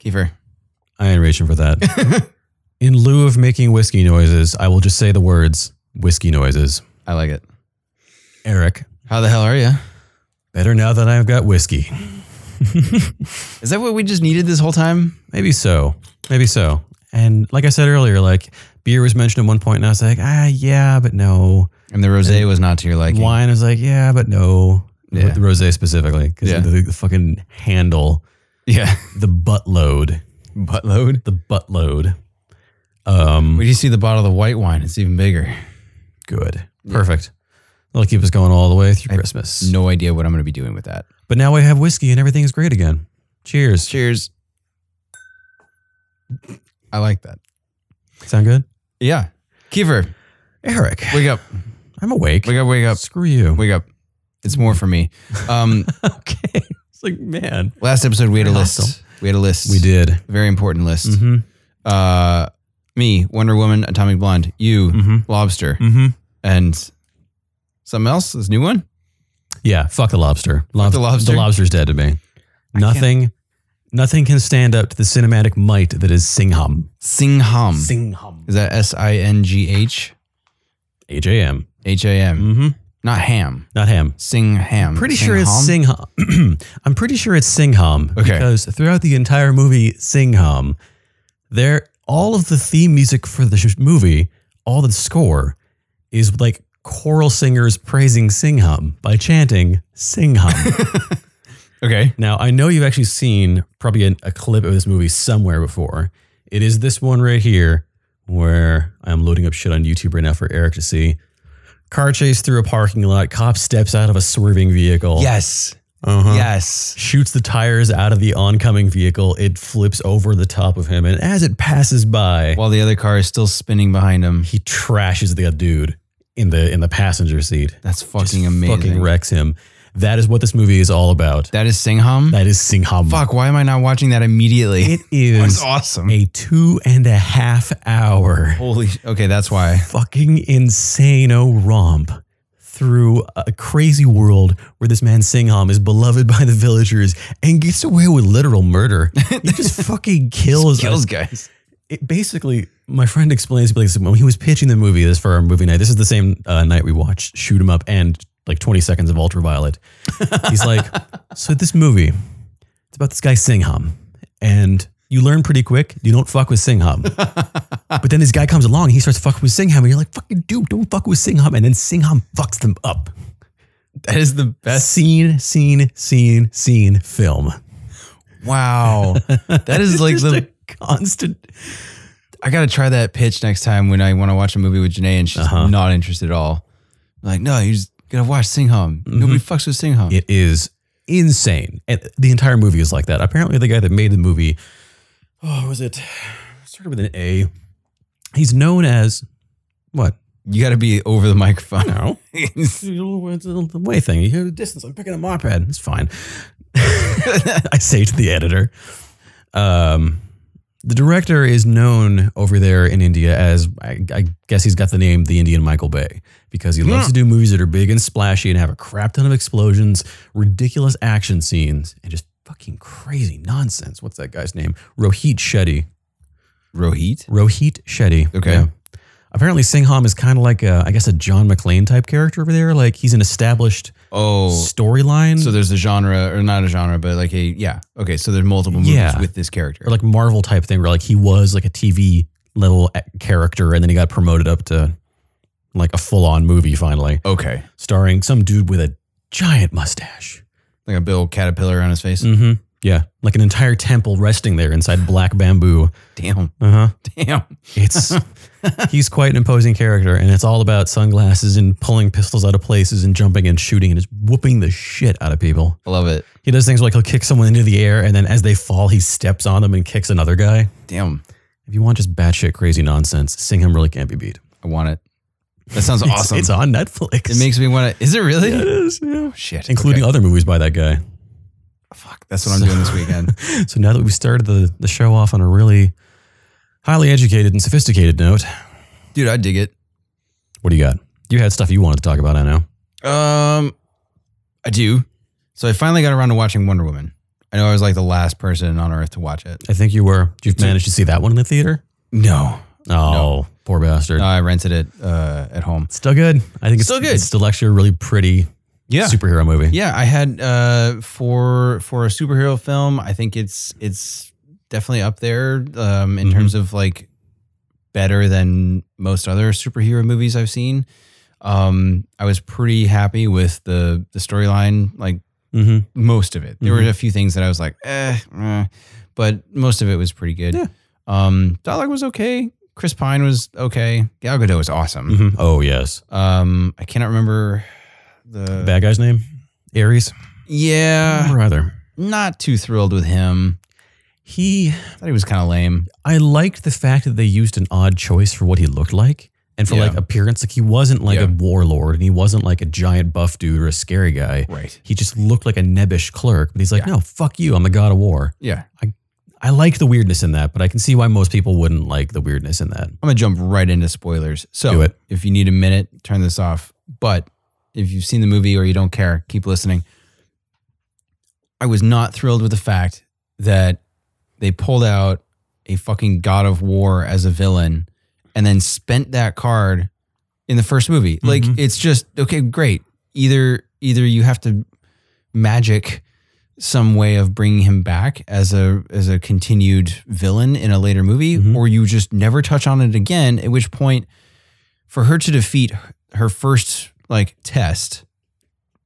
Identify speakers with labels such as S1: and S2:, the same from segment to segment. S1: Kiefer.
S2: I ain't reaching for that. In lieu of making whiskey noises, I will just say the words whiskey noises.
S1: I like it.
S2: Eric,
S1: How the hell are you?
S2: better now that I've got whiskey.
S1: Is that what we just needed this whole time?
S2: Maybe so. Maybe so. And like I said earlier, like beer was mentioned at one point, and I was like, ah, yeah, but no.
S1: And the rosé was not to your liking.
S2: Wine is like, yeah, but no.
S1: Yeah.
S2: The rosé specifically, because
S1: Yeah.
S2: the, the fucking handle,
S1: Yeah.
S2: the butt load,
S1: Buttload.
S2: the butt load. Um,
S1: Where do you see the bottle of the white wine? It's even bigger.
S2: good, perfect. That'll keep us going all the way through Christmas.
S1: No idea what I'm going to be doing with that.
S2: But now I have whiskey, and everything is great again. Cheers.
S1: Cheers. I like that.
S2: Sound good,
S1: Yeah. Kiefer,
S2: Eric?
S1: wake up.
S2: I'm awake.
S1: Wake up, wake up.
S2: Screw you.
S1: Wake up. It's more for me. Um,
S2: Okay. It's like man,
S1: last episode we had a
S2: Very
S1: list.
S2: hostile.
S1: We had a list.
S2: we did.
S1: Very important list.
S2: Mm-hmm.
S1: Uh me, Wonder Woman, Atomic Blonde, you,
S2: Mhm.
S1: Lobster,
S2: Mm-hmm.
S1: and something else, this new one.
S2: Yeah, fuck the lobster. Lob-
S1: the lobster?
S2: The lobster's dead to me. Nothing, nothing can stand up to the cinematic might that is Singham.
S1: Singham.
S2: Singham.
S1: Is that S I N G H
S2: H A M.
S1: H A M?
S2: Mm-hmm.
S1: Not ham.
S2: Not ham.
S1: Singham.
S2: Pretty sure it's
S1: Singham?
S2: Singham. I'm pretty sure it's Singham
S1: Okay.
S2: because throughout the entire movie, Singham, there all of the theme music for the sh- movie, all the score, is like choral singers praising Singham by chanting Singham.
S1: Okay.
S2: Now, I know you've actually seen probably an, a clip of this movie somewhere before. It is this one right here where I'm loading up shit on YouTube right now for Eric to see. Car chase through a parking lot, cop steps out of a swerving vehicle.
S1: Yes.
S2: Uh-huh.
S1: Yes.
S2: Shoots the tires out of the oncoming vehicle. It flips over the top of him. And as it passes by,
S1: While the other car is still spinning behind him.
S2: he trashes the dude in the in the passenger seat.
S1: That's
S2: Just
S1: fucking amazing.
S2: Fucking wrecks him. That is what this movie is all about.
S1: That is Singham.
S2: That is Singham.
S1: Fuck, why am I not watching that immediately?
S2: It is
S1: That's awesome.
S2: a two and a half hour
S1: Holy sh- Okay, that's why.
S2: fucking insano romp through a crazy world where this man Singham is beloved by the villagers and gets away with literal murder. He just fucking kills.
S1: Kills
S2: us.
S1: guys.
S2: It basically, my friend explains like, when he was pitching the movie this for our movie night. This is the same uh, night we watched Shoot 'Em Up and like 20 seconds of Ultraviolet. He's like, so this movie, it's about this guy Singham, and you learn pretty quick you don't fuck with Singham. but then this guy comes along, and he starts fucking with Singham, and you're like, fucking dude, don't fuck with Singham, and then Singham fucks them up.
S1: That is the best.
S2: Scene, scene, scene, scene, film.
S1: Wow. That is like
S2: Just
S1: the.
S2: a constant.
S1: I got to try that pitch next time when I want to watch a movie with Janae and she's
S2: Uh-huh.
S1: not interested at all. like, no, you just got to watch Singham. Nobody
S2: Mm-hmm.
S1: fucks with Singham.
S2: It is insane, and the entire movie is like that. Apparently, the guy that made the movie, oh, was it started with an A? He's known as what?
S1: You got to be over the microphone.
S2: No. the way thing. You hear the distance. I'm picking a moped. It's fine. I say to the editor. Um, the director is known over there in India as I, I guess he's got the name the Indian Michael Bay because he loves to do movies that are big and splashy and have a crap ton of explosions, ridiculous action scenes, and just fucking crazy nonsense. What's that guy's name? Rohit Shetty.
S1: Rohit?
S2: Rohit Shetty.
S1: Okay.
S2: Apparently, Singham is kind of like a, I guess, a John McClane type character over there. Like he's an established
S1: Oh.
S2: storyline,
S1: So there's a genre, or not a genre, but like a, yeah. Okay, so there's multiple movies
S2: Yeah.
S1: with this character.
S2: or like Marvel type thing, where like he was like a TV level a- character, and then he got promoted up to like a full on movie finally,
S1: okay.
S2: starring some dude with a giant mustache.
S1: Like a bill caterpillar on his face.
S2: Mm-hmm. Yeah, like an entire temple resting there inside black bamboo.
S1: Damn.
S2: Uh huh.
S1: Damn.
S2: It's he's quite an imposing character, and it's all about sunglasses and pulling pistols out of places and jumping and shooting and just whooping the shit out of people.
S1: I love it.
S2: He does things like he'll kick someone into the air, and then as they fall, he steps on them and kicks another guy.
S1: Damn.
S2: If you want just batshit crazy nonsense, Singham really can't be beat.
S1: I want it. That sounds
S2: It's-
S1: awesome.
S2: It's, on Netflix.
S1: it makes me want to. Is it really? Oh,
S2: Yeah, it is, yeah.
S1: Shit.
S2: including other movies by that guy.
S1: Okay. Fuck. That's what I'm doing this weekend.
S2: So now that we started the the show off on a really highly educated and sophisticated note,
S1: Dude, I dig it.
S2: what do you got? You had stuff you wanted to talk about. I know.
S1: Um, I do. So I finally got around to watching Wonder Woman. I know I was like the last person on earth to watch it.
S2: I think you were. You've
S1: It's a-
S2: managed to see that one in the theater?
S1: No,
S2: Oh, poor bastard.
S1: no, I rented it uh, at home.
S2: Still good. I think it's
S1: Still good.
S2: It's still actually a really pretty
S1: Yeah,
S2: superhero movie.
S1: yeah. I had uh, for for a superhero film. I think it's it's definitely up there um, in
S2: Mhm.
S1: terms of like better than most other superhero movies I've seen. Um, I was pretty happy with the the storyline, like
S2: Mm-hmm.
S1: most of it. There
S2: Mhm.
S1: were a few things that I was like, eh, eh, but most of it was pretty good.
S2: Yeah.
S1: Um, dialogue was okay. Chris Pine was okay. Gal Gadot was awesome.
S2: hmm Oh, yes.
S1: Um, I cannot remember the
S2: Bad guy's name? Ares?
S1: yeah.
S2: or either.
S1: Not too thrilled with him.
S2: He,
S1: Thought he was kind of lame.
S2: I liked the fact that they used an odd choice for what he looked like and for
S1: Yeah.
S2: like appearance. Like he wasn't like
S1: Yeah.
S2: a warlord and he wasn't like a giant buff dude or a scary guy.
S1: Right.
S2: He just looked like a nebbish clerk, but he's like,
S1: Yeah.
S2: no, fuck you. I'm the god of war.
S1: Yeah.
S2: I like the weirdness in that, but I can see why most people wouldn't like the weirdness in that.
S1: I'm gonna jump right into spoilers. So
S2: Do it.
S1: if you need a minute, turn this off. But if you've seen the movie or you don't care, keep listening. I was not thrilled with the fact that they pulled out a fucking God of War as a villain and then spent that card in the first movie. Like
S2: Mhm.
S1: it's just okay, great. Either either you have to magic some way of bringing him back as a as a continued villain in a later movie
S2: Mhm.
S1: or you just never touch on it again at which point for her to defeat her first like test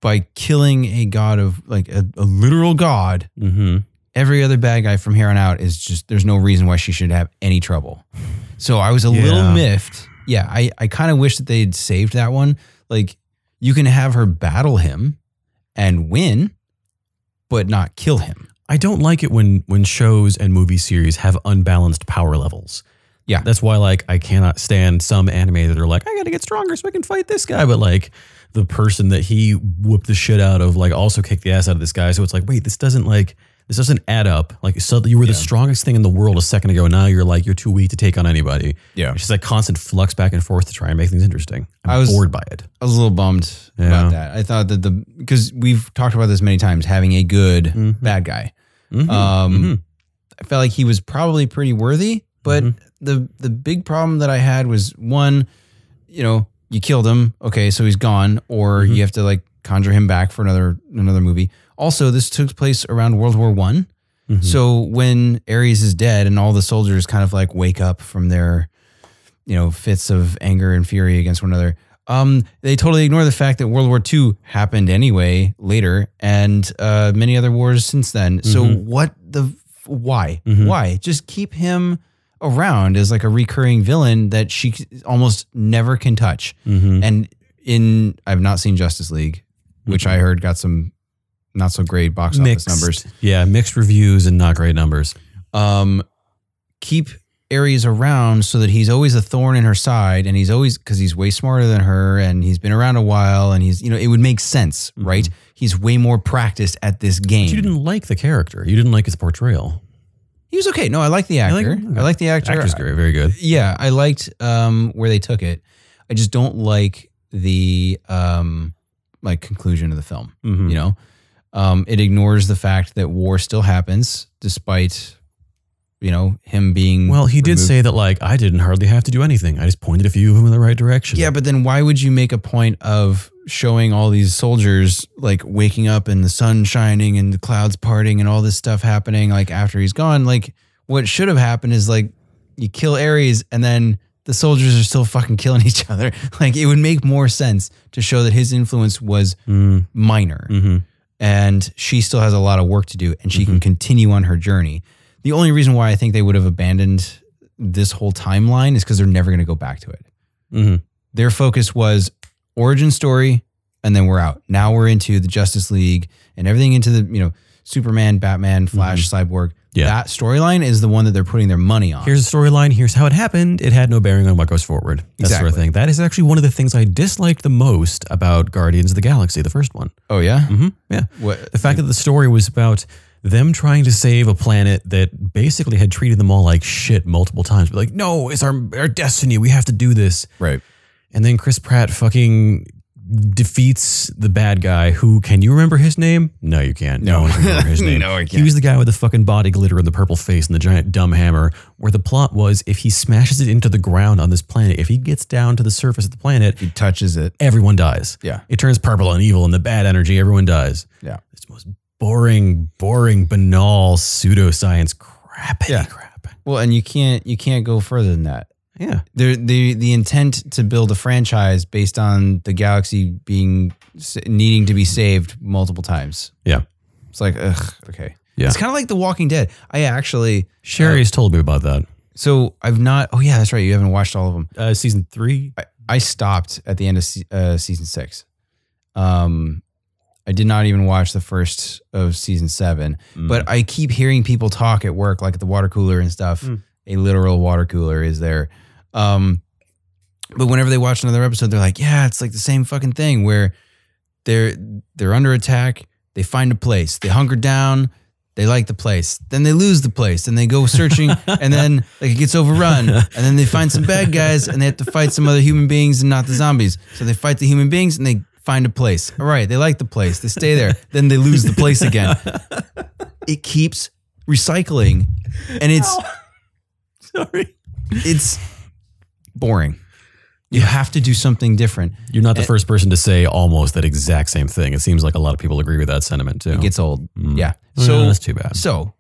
S1: by killing a god of like a, a literal god
S2: Mm-hmm.
S1: every other bad guy from here on out is just there's no reason why she should have any trouble. So I was a
S2: Yeah.
S1: little miffed. Yeah, I, I kind of wish that they'd saved that one. Like you can have her battle him and win, but not kill him.
S2: I don't like it when when shows and movie series have unbalanced power levels.
S1: Yeah.
S2: That's why like I cannot stand some anime that are like, I gotta get stronger so I can fight this guy. But like the person that he whooped the shit out of, like also kicked the ass out of this guy. So it's like, wait, this doesn't like this doesn't add up. Like suddenly you were the
S1: Yeah.
S2: strongest thing in the world a second ago. Now you're like you're too weak to take on anybody.
S1: Yeah.
S2: It's just like constant flux back and forth to try and make things interesting. I'm
S1: I was-
S2: bored by it.
S1: I was a little bummed
S2: Yeah.
S1: about that. I thought that the because we've talked about this many times, having a good
S2: Mhm.
S1: bad guy.
S2: Mhm.
S1: Um
S2: Mhm.
S1: I felt like he was probably pretty worthy, but
S2: Mhm.
S1: the the big problem that I had was one, you know, you killed him, okay, so he's gone, or
S2: Mhm.
S1: you have to like conjure him back for another another movie. Also, this took place around World War One,
S2: Mhm.
S1: so when Ares is dead and all the soldiers kind of like wake up from their, you know, fits of anger and fury against one another, um, they totally ignore the fact that World War II happened anyway later and uh, many other wars since then. So
S2: Mhm.
S1: what the why
S2: Mhm.
S1: why just keep him around as like a recurring villain that she almost never can touch.
S2: Mhm.
S1: And in I've not seen Justice League, which I heard got some not so great box office
S2: Mm-hmm. Mixed.
S1: numbers.
S2: Yeah, mixed reviews and not great numbers.
S1: um, keep Ares around so that he's always a thorn in her side, and he's always because he's way smarter than her, and he's been around a while, and he's you know it would make sense, right? He's way more practiced at this game.
S2: Mm-hmm. But you didn't like the character. You didn't like his portrayal.
S1: he was okay. No, I like the actor.
S2: like-
S1: I like the actor.
S2: Actor's great, very good.
S1: Yeah, I liked um, where they took it. I just don't like the um, like conclusion of the film.
S2: Mhm.
S1: you know um, it ignores the fact that war still happens despite you know him being
S2: Well, he did
S1: removed.
S2: say that like I didn't hardly have to do anything. I just pointed a few of them in the right direction.
S1: yeah but then why would you make a point of showing all these soldiers like waking up and the sun shining and the clouds parting and all this stuff happening like after he's gone like what should have happened is like you kill ares and then the soldiers are still fucking killing each other like it would make more sense to show that his influence was
S2: Mm,
S1: minor
S2: mhm.
S1: and she still has a lot of work to do and she can continue on her journey. The only reason why I think they would have abandoned this whole timeline is because they're never going to go back to it.
S2: Mhm.
S1: Their focus was origin story and then we're out. Now we're into the Justice League and everything into the, you know, Superman, Batman, Flash, Cyborg.
S2: Mm-hmm. Yeah.
S1: That storyline is the one that they're putting their money on.
S2: Here's a storyline. Here's how it happened. It had no bearing on what goes forward. That sort of
S1: Exactly.
S2: thing. That is actually one of the things I disliked the most about Guardians of the Galaxy, the first one.
S1: oh yeah.
S2: hmm Yeah.
S1: What
S2: The fact that the story was about them trying to save a planet that basically had treated them all like shit multiple times. But like, no, it's our our destiny. We have to do this.
S1: right.
S2: And then Chris Pratt fucking defeats the bad guy who can you remember his name? No, you can't. No, one can remember his name.
S1: No, I
S2: He was the guy with the fucking body glitter and the purple face and the giant dumb hammer. Where the plot was if he smashes it into the ground on this planet, if he gets down to the surface of the planet,
S1: He touches it.
S2: everyone dies.
S1: Yeah.
S2: It turns purple and evil and the bad energy, everyone dies.
S1: Yeah.
S2: It's the most boring, boring, banal pseudoscience crap.
S1: Yeah.
S2: crap.
S1: Well, and you can't you can't go further than that.
S2: Yeah.
S1: The the the intent to build a franchise based on the galaxy being needing to be saved multiple times.
S2: Yeah.
S1: It's like ugh, okay.
S2: Yeah.
S1: It's kind of like The Walking Dead. I actually
S2: Sherry's told me about that.
S1: so I've not. Oh yeah, that's right. You haven't watched all of them.
S2: Uh, season three.
S1: I, I stopped at the end of se- uh, season six. Um, I did not even watch the first of season seven, but I keep hearing people talk at work, like at the water cooler and stuff.
S2: Mm.
S1: A literal water cooler is there. Um, but whenever they watch another episode, they're like, "Yeah, it's like the same fucking thing where they're they're under attack. They find a place, they hunker down." They like the place, then they lose the place, and they go searching, and then like it gets overrun, and then they find some bad guys, and they have to fight some other human beings and not the zombies. So they fight the human beings, and they find a place. All right, they like the place, they stay there, then they lose the place again it keeps recycling and it's
S2: Sorry.
S1: it's boring you have to do something different
S2: You're not the first person to say almost that exact same thing. It seems like a lot of people agree with that sentiment too.
S1: it gets old
S2: Mm.
S1: yeah
S2: Yeah,
S1: so
S2: that's too bad.
S1: so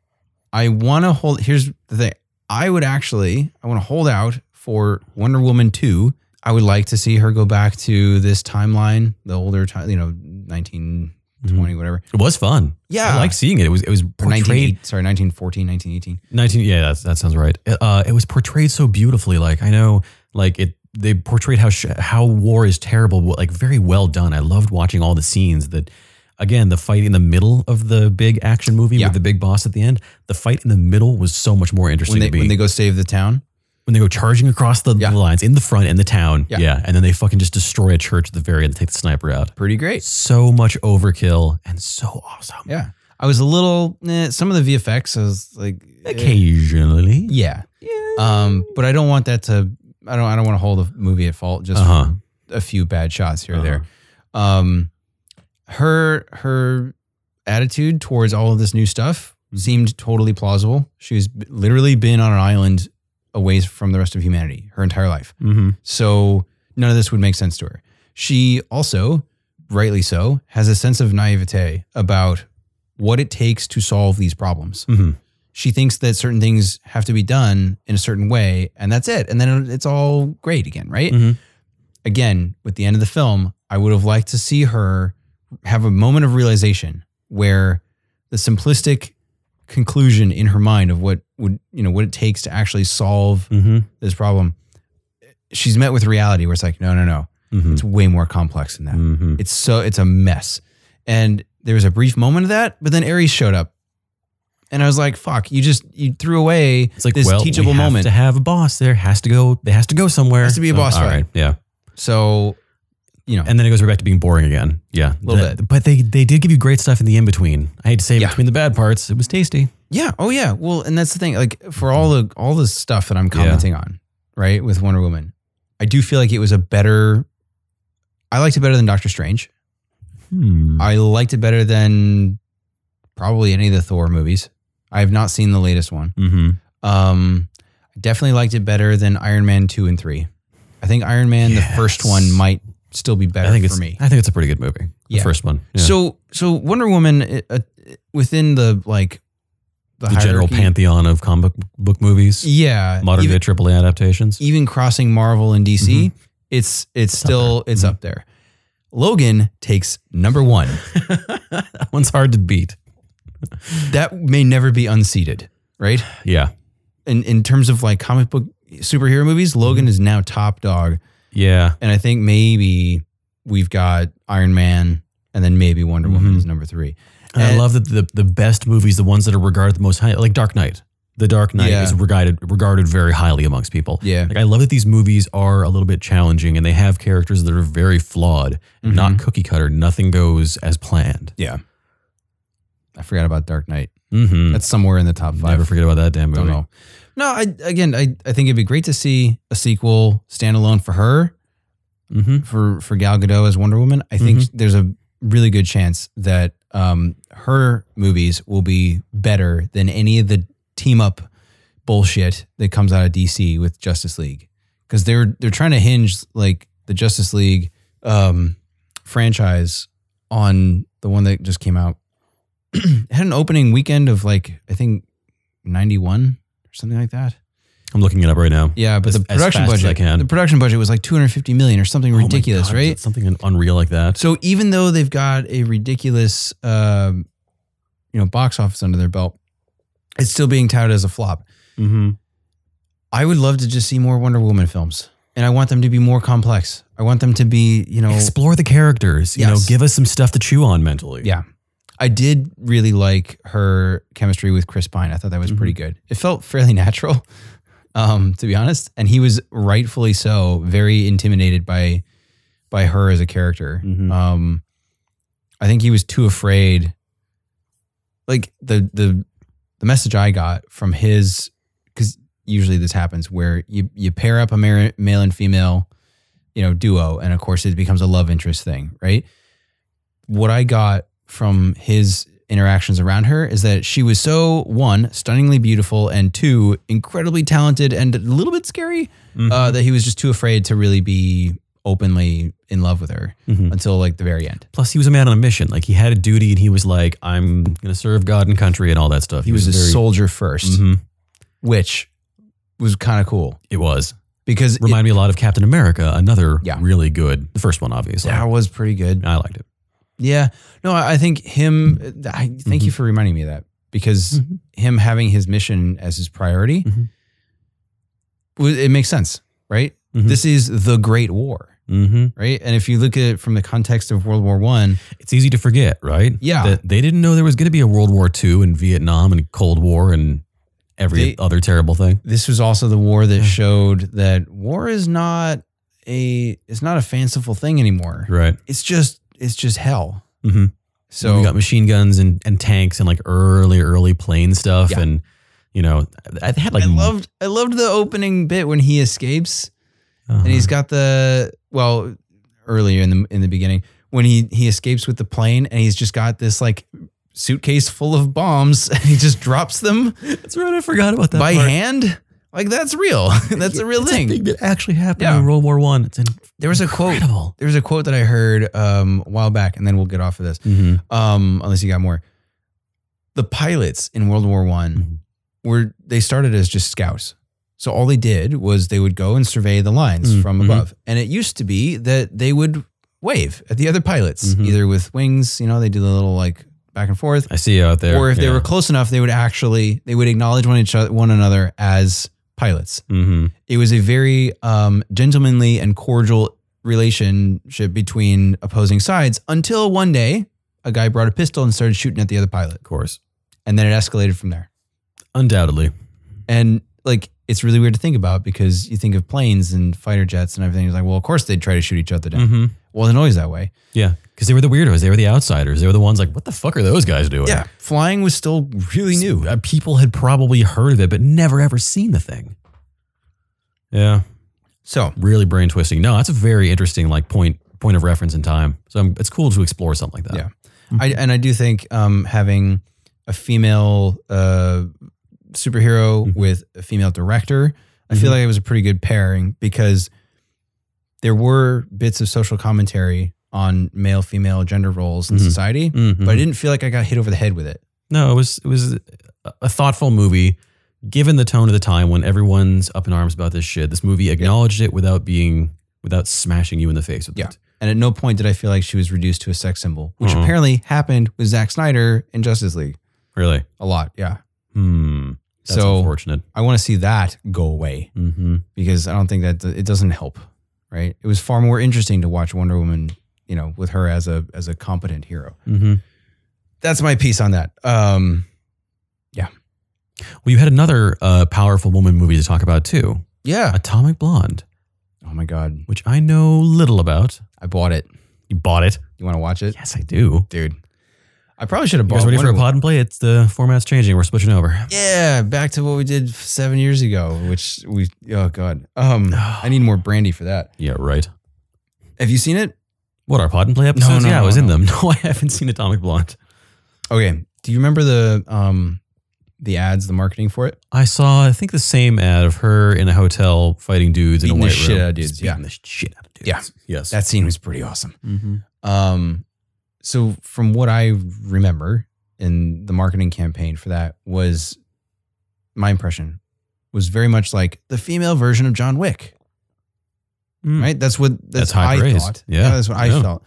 S1: i want to hold here's the thing i would actually i want to hold out for wonder woman 2 i would like to see her go back to this timeline the older time you know 1920 whatever
S2: It was fun.
S1: Yeah.
S2: I like seeing it. It was it was
S1: or 19,
S2: Mm-hmm. portrayed
S1: sorry 1914 1918
S2: 19 yeah that's, that sounds right uh, it was portrayed so beautifully like i know like it they portrayed how sh- how war is terrible but like very well done i loved watching all the scenes that again the fight in the middle of the big action movie
S1: Yeah.
S2: with the big boss at the end the fight in the middle was so much more interesting
S1: when they,
S2: to me
S1: when they go save the town
S2: when they go charging across the, the
S1: Yeah.
S2: lines in the front and the town
S1: Yeah.
S2: and then they fucking just destroy a church at the very end and take the sniper out
S1: pretty great
S2: so much overkill and so awesome
S1: Yeah. I was a little eh, some of the VFX I was like eh,
S2: occasionally
S1: yeah. Um but I don't want that to I don't I don't want to hold a movie at fault just
S2: Uh-huh.
S1: for a few bad shots here or
S2: Uh-huh.
S1: there. Um her her attitude towards all of this new stuff seemed totally plausible. She's b- literally been on an island away from the rest of humanity her entire life.
S2: mm-hmm.
S1: So none of this would make sense to her. She also, rightly so, has a sense of naivete about what it takes to solve these problems.
S2: Mm-hmm.
S1: She thinks that certain things have to be done in a certain way, and that's it. And then it's all great again, right?
S2: Mhm.
S1: Again, with the end of the film, I would have liked to see her have a moment of realization where the simplistic conclusion in her mind of what would, you know, what it takes to actually solve
S2: Mm-hmm.
S1: this problem. She's met with reality where it's like, no, no, no.
S2: Mm-hmm.
S1: It's way more complex than that.
S2: Mm-hmm.
S1: It's so it's a mess. And there was a brief moment of that, but then Aries showed up. And I was like, fuck, you just you threw away
S2: It's like
S1: this
S2: well,
S1: teachable
S2: we have
S1: moment.
S2: To have a boss, there has to go. There has to go somewhere.
S1: Has to be a boss
S2: All
S1: fight.
S2: right, yeah.
S1: so you know,
S2: And then it goes right back to being boring again. Yeah, a
S1: Little
S2: bit. But they they did give you great stuff in the in between. I hate to say
S1: Yeah.
S2: between the bad parts, it was tasty.
S1: yeah, oh yeah. Well, and that's the thing. Like for all the all the stuff that I'm commenting on, right, with Wonder Woman, I do feel like it was a better I liked it better than Doctor Strange.
S2: Hmm.
S1: I liked it better than probably any of the Thor movies. I have not seen the latest one.
S2: Mm-hmm.
S1: Um, I definitely liked it better than Iron Man two and three. I think Iron Man the first
S2: Yes.
S1: one might still be better
S2: I think
S1: for
S2: it's
S1: me.
S2: I think it's a pretty good movie.
S1: Yeah.
S2: The first one. Yeah.
S1: So so Wonder Woman uh, uh, within the like
S2: the general
S1: hierarchy-
S2: pantheon of comic book movies,
S1: yeah,
S2: modern
S1: even,
S2: day AAA adaptations.
S1: even crossing Marvel and DC, it's it's
S2: up Mm-hmm.
S1: still it's up there. Logan takes number one.
S2: that one's hard to beat.
S1: that may never be unseated, right?
S2: Yeah,
S1: in in terms of like comic book superhero movies, Logan
S2: Mm-hmm.
S1: is now top dog,
S2: yeah.
S1: and I think maybe we've got Iron Man, and then maybe Wonder Woman
S2: Mhm.
S1: is number three.
S2: And I
S1: And-
S2: love that the the best movies, the ones that are regarded the most high, like Dark Knight. The Dark Knight
S1: Yeah.
S2: is regarded regarded very highly amongst people.
S1: Yeah.
S2: Like I love that these movies are a little bit challenging and they have characters that are very flawed,
S1: Mhm.
S2: not cookie cutter. Nothing goes as planned.
S1: Yeah, I forgot about Dark Knight.
S2: Mm-hmm.
S1: That's somewhere in the top five.
S2: Never forget about that damn movie.
S1: Don't know. No, I again, I I think it'd be great to see a sequel standalone for her.
S2: Mm-hmm.
S1: for for Gal Gadot as Wonder Woman, I think there's a really good chance that um, her movies will be better than any of the team up bullshit that comes out of DC with Justice League, because they're they're trying to hinge like the Justice League um, franchise on the one that just came out. It had an opening weekend of like I think ninety one or something like that.
S2: I'm looking it up right now.
S1: Yeah, but
S2: As-
S1: the
S2: as
S1: production
S2: fast as
S1: budget,
S2: I can.
S1: the production budget was like two hundred fifty million or something
S2: Oh my
S1: ridiculous,
S2: God,
S1: right?
S2: Something unreal like that.
S1: So even though they've got a ridiculous, um, you know, box office under their belt, it's still being touted as a flop.
S2: Mm-hmm.
S1: I would love to just see more Wonder Woman films, and I want them to be more complex. I want them to be, you know,
S2: Explore the characters. You know,
S1: Yes.
S2: give us some stuff to chew on mentally.
S1: Yeah. I did really like her chemistry with Chris Pine. I thought that was pretty good. It felt fairly natural, um, to be honest. And he was rightfully so very intimidated by by her as a character.
S2: Mhm.
S1: Um, I think he was too afraid. Like the the the message I got from his because usually this happens where you you pair up a mar- male and female, you know, duo, and of course it becomes a love interest thing, right? What I got from his interactions around her is that she was so one stunningly beautiful and two incredibly talented and a little bit scary
S2: Mhm.
S1: uh, that he was just too afraid to really be openly in love with her
S2: Mhm.
S1: until like the very end.
S2: Plus, he was a man on a mission. Like he had a duty, and he was like, "I'm gonna serve God and country and all that stuff."
S1: He was a
S2: very-
S1: soldier 1st
S2: Mhm.
S1: which was kind of cool
S2: It was
S1: because it-
S2: remind me a lot of Captain America. Another
S1: Yeah.
S2: really good, the first one, obviously.
S1: that was pretty good.
S2: I liked it.
S1: Yeah. No, I I think him, I thank
S2: Mm-hmm.
S1: you for reminding me of that because
S2: Mhm.
S1: him having his mission as his priority,
S2: Mhm.
S1: w- it makes sense, right?
S2: Mhm.
S1: This is the Great War,
S2: Mm-hmm.
S1: right? And if you look at it from the context of World War One,
S2: It's easy to forget, right?
S1: Yeah.
S2: That they didn't know there was going to be a World War II and Vietnam and Cold War and every
S1: They-
S2: other terrible thing.
S1: this was also the war that
S2: Yeah.
S1: showed that war is not a it's not a fanciful thing anymore.
S2: Right.
S1: It's just it's just hell.
S2: Mm-hmm. So
S1: So
S2: we got machine guns and, and tanks and like early, early plane stuff.
S1: Yeah.
S2: And, you know, I had like,
S1: I loved I loved the opening bit when he escapes
S2: uh-huh.
S1: and he's got the well earlier in the in the beginning when he he escapes with the plane and he's just got this like suitcase full of bombs and he just drops them
S2: that's right. I forgot about that.
S1: by
S2: part.
S1: hand. Like that's real. that's a real
S2: It's
S1: thing.
S2: that actually happened
S1: Yeah.
S2: in World War One. It's in,
S1: There was a quote.
S2: incredible.
S1: There was a quote that I heard um, a while back, and then we'll get off of this.
S2: Mm-hmm.
S1: um, unless you got more. The pilots in World War One
S2: Mhm.
S1: were they started as just scouts. So all they did was they would go and survey the lines
S2: Mm,
S1: from
S2: mhm.
S1: above. And it used to be that they would wave at the other pilots,
S2: Mhm.
S1: either with wings, you know, they do the little like back and forth.
S2: I see you out there.
S1: Or if they were close enough, they would actually they would acknowledge one each other, one another as pilots.
S2: hmm
S1: It was a very um, gentlemanly and cordial relationship between opposing sides until one day a guy brought a pistol and started shooting at the other pilot.
S2: Of course.
S1: And then it escalated from there.
S2: Undoubtedly.
S1: And like, it's really weird to think about because you think of planes and fighter jets and everything. It's like, well, of course they'd try to shoot each other down.
S2: Mm-hmm.
S1: Well, it's always that way.
S2: Yeah. Because they were the weirdos. They were the outsiders. They were the ones like, what the fuck are those guys doing?
S1: Flying was still really new.
S2: Uh, people had probably heard of it, but never ever seen the thing. Yeah,
S1: So
S2: really brain twisting. No, that's a very interesting like point point of reference in time. So um, it's cool to explore something like that.
S1: Yeah. I, and I do think um, having a female uh, superhero
S2: Mhm.
S1: with a female director, I
S2: Mhm.
S1: feel like it was a pretty good pairing because there were bits of social commentary on male female gender roles in
S2: Mhm.
S1: society,
S2: Mhm.
S1: but I didn't feel like I got hit over the head with it.
S2: no, it was it was a- a thoughtful movie. Given the tone of the time when everyone's up in arms about this shit, this movie acknowledged it without being without smashing you in the face with
S1: Yeah.
S2: it.
S1: And at no point did I feel like she was reduced to a sex symbol, which
S2: Uh-uh.
S1: apparently happened with Zack Snyder in Justice League
S2: Really.
S1: a lot. Yeah.
S2: Hmm. That's
S1: So-
S2: unfortunate.
S1: I want to see that go away
S2: Mm-hmm.
S1: because I don't think that it doesn't help, right? It was far more interesting to watch Wonder Woman, you know, with her as a as a competent hero.
S2: Mm-hmm.
S1: That's my piece on that. Um,
S2: Well, you had another uh, powerful woman movie to talk about too,
S1: yeah.
S2: Atomic Blonde.
S1: Oh my god,
S2: which I know little about.
S1: I bought it.
S2: You bought it?
S1: You want to watch it,
S2: Yes, I do.
S1: dude? I probably should have
S2: You
S1: bought.
S2: guys ready for
S1: Wonder
S2: a
S1: Woman.
S2: pod and play? It's the format's changing. We're switching over.
S1: Yeah, back to what we did seven years ago, which we oh god, um, I need more brandy for that.
S2: Yeah, right.
S1: Have you seen it?
S2: What our pod and play episodes?
S1: no,
S2: yeah, I
S1: no,
S2: was in
S1: no.
S2: them. No, I haven't seen Atomic Blonde.
S1: Okay. Do you remember the um the ads, the marketing for it?
S2: I saw, I think, the same ad of her in a hotel fighting dudes in
S1: Beating
S2: a
S1: the
S2: white
S1: shit
S2: room.
S1: out of dudes,
S2: Just
S1: yeah.
S2: beating the shit out of dudes.
S1: Yeah.
S2: Yes.
S1: That scene was pretty awesome.
S2: mm-hmm.
S1: Um, so from what I remember in the marketing campaign for that was my impression was very much like the female version of John Wick,
S2: Mm-hmm.
S1: right? That's what that's,
S2: Mm. That's high
S1: I
S2: praise.
S1: thought.
S2: Yeah.
S1: that's what I
S2: Yeah.
S1: felt.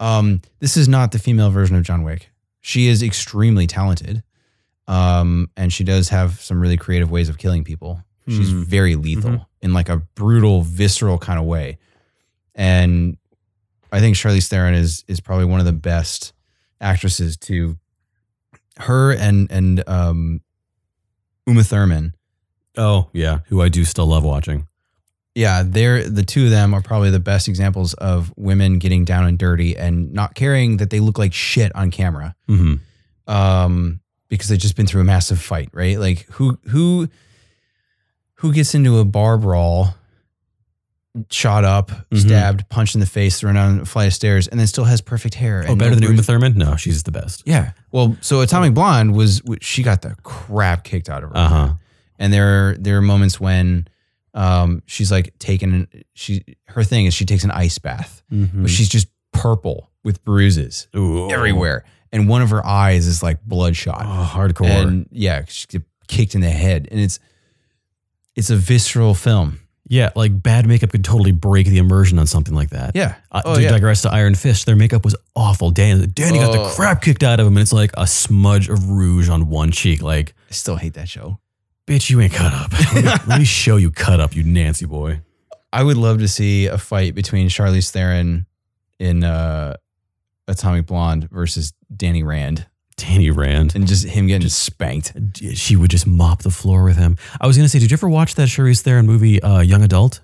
S1: Um, this is not the female version of John Wick. She is extremely talented, um, and she does have some really creative ways of killing people. She's
S2: Hmm.
S1: very lethal in like a brutal, visceral kind of way, and I think Charlize Theron is is probably one of the best actresses to her and and um, Uma Thurman.
S2: Oh yeah, who I do still love watching.
S1: yeah, they're the two of them are probably the best examples of women getting down and dirty and not caring that they look like shit on camera.
S2: Mm-hmm.
S1: Um, because they've just been through a massive fight, right? Like who who who gets into a bar brawl, shot up,
S2: Mhm.
S1: stabbed, punched in the face, thrown down a flight of stairs, and then still has perfect hair.
S2: Oh,
S1: and
S2: better
S1: no
S2: than
S1: bruise-
S2: Uma Thurman? No, she's the best.
S1: Yeah. Well, so Atomic Blonde was she got the crap kicked out of her.
S2: Uh huh.
S1: and there are, there are moments when um, she's like taking an, she her thing is she takes an ice bath,
S2: Mm-hmm.
S1: but she's just purple with bruises
S2: Ooh.
S1: everywhere, and one of her eyes is like bloodshot,
S2: Oh, hardcore.
S1: and yeah, she get kicked in the head, and it's it's a visceral film.
S2: yeah, like bad makeup could totally break the immersion on something like that.
S1: Yeah,
S2: Uh,
S1: Oh,
S2: to
S1: yeah.
S2: digress to Iron Fist, their makeup was awful. Dan, Danny got
S1: Oh.
S2: the crap kicked out of him, and it's like a smudge of rouge on one cheek. Like,
S1: I still hate that show.
S2: bitch, you ain't cut up. Let me- Let me show you cut up, you Nancy boy.
S1: I would love to see a fight between Charlize Theron in uh, Atomic Blonde versus Danny Rand,
S2: Danny Rand.
S1: and just him getting spanked.
S2: she would just mop the floor with him. I was gonna say, did you ever watch that Charlize Theron movie, uh, Young Adult,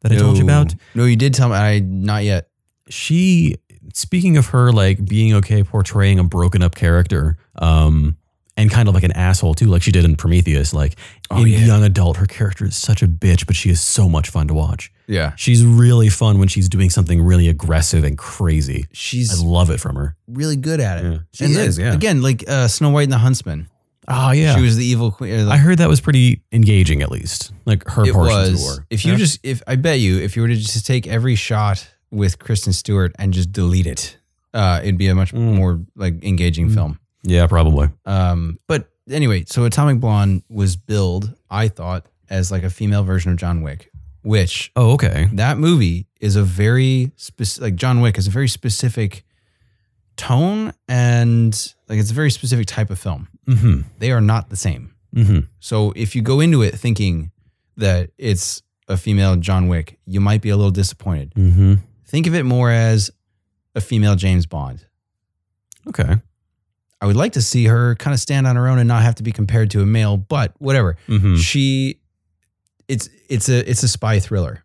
S2: that I told you
S1: No.
S2: about?
S1: No, you did tell me. I not yet.
S2: She, speaking of her, like being okay portraying a broken up character, um, and kind of like an asshole too, like she did in Prometheus. Like
S1: Oh,
S2: in
S1: yeah.
S2: Young Adult, her character is such a bitch, but she is so much fun to watch.
S1: Yeah,
S2: She's really fun when she's doing something really aggressive and crazy. I
S1: she's
S2: love it from her.
S1: really good at it.
S2: She
S1: And
S2: is,
S1: the-
S2: yeah.
S1: Again, like uh, Snow White and the Huntsman.
S2: Oh yeah.
S1: She was the evil queen. or the-
S2: I heard that was pretty engaging, at least. Like her
S1: it
S2: portions
S1: was.
S2: were.
S1: If you just, if I bet you, if you were to just take every shot with Kristen Stewart and just delete it, uh, it'd be a much
S2: Mm.
S1: more like engaging
S2: Mm.
S1: film.
S2: yeah, probably.
S1: Um, but anyway, so Atomic Blonde was billed, I thought, as like a female version of John Wick, which
S2: Oh, okay.
S1: that movie is a very specific like john wick is a very specific tone and like it's a very specific type of film
S2: hmm
S1: they are not the same
S2: hmm
S1: so if you go into it thinking that it's a female john wick you might be a little disappointed
S2: hmm
S1: think of it more as a female james bond
S2: Okay.
S1: i would like to see her kind of stand on her own and not have to be compared to a male but whatever
S2: hmm
S1: she it's it's a it's a spy thriller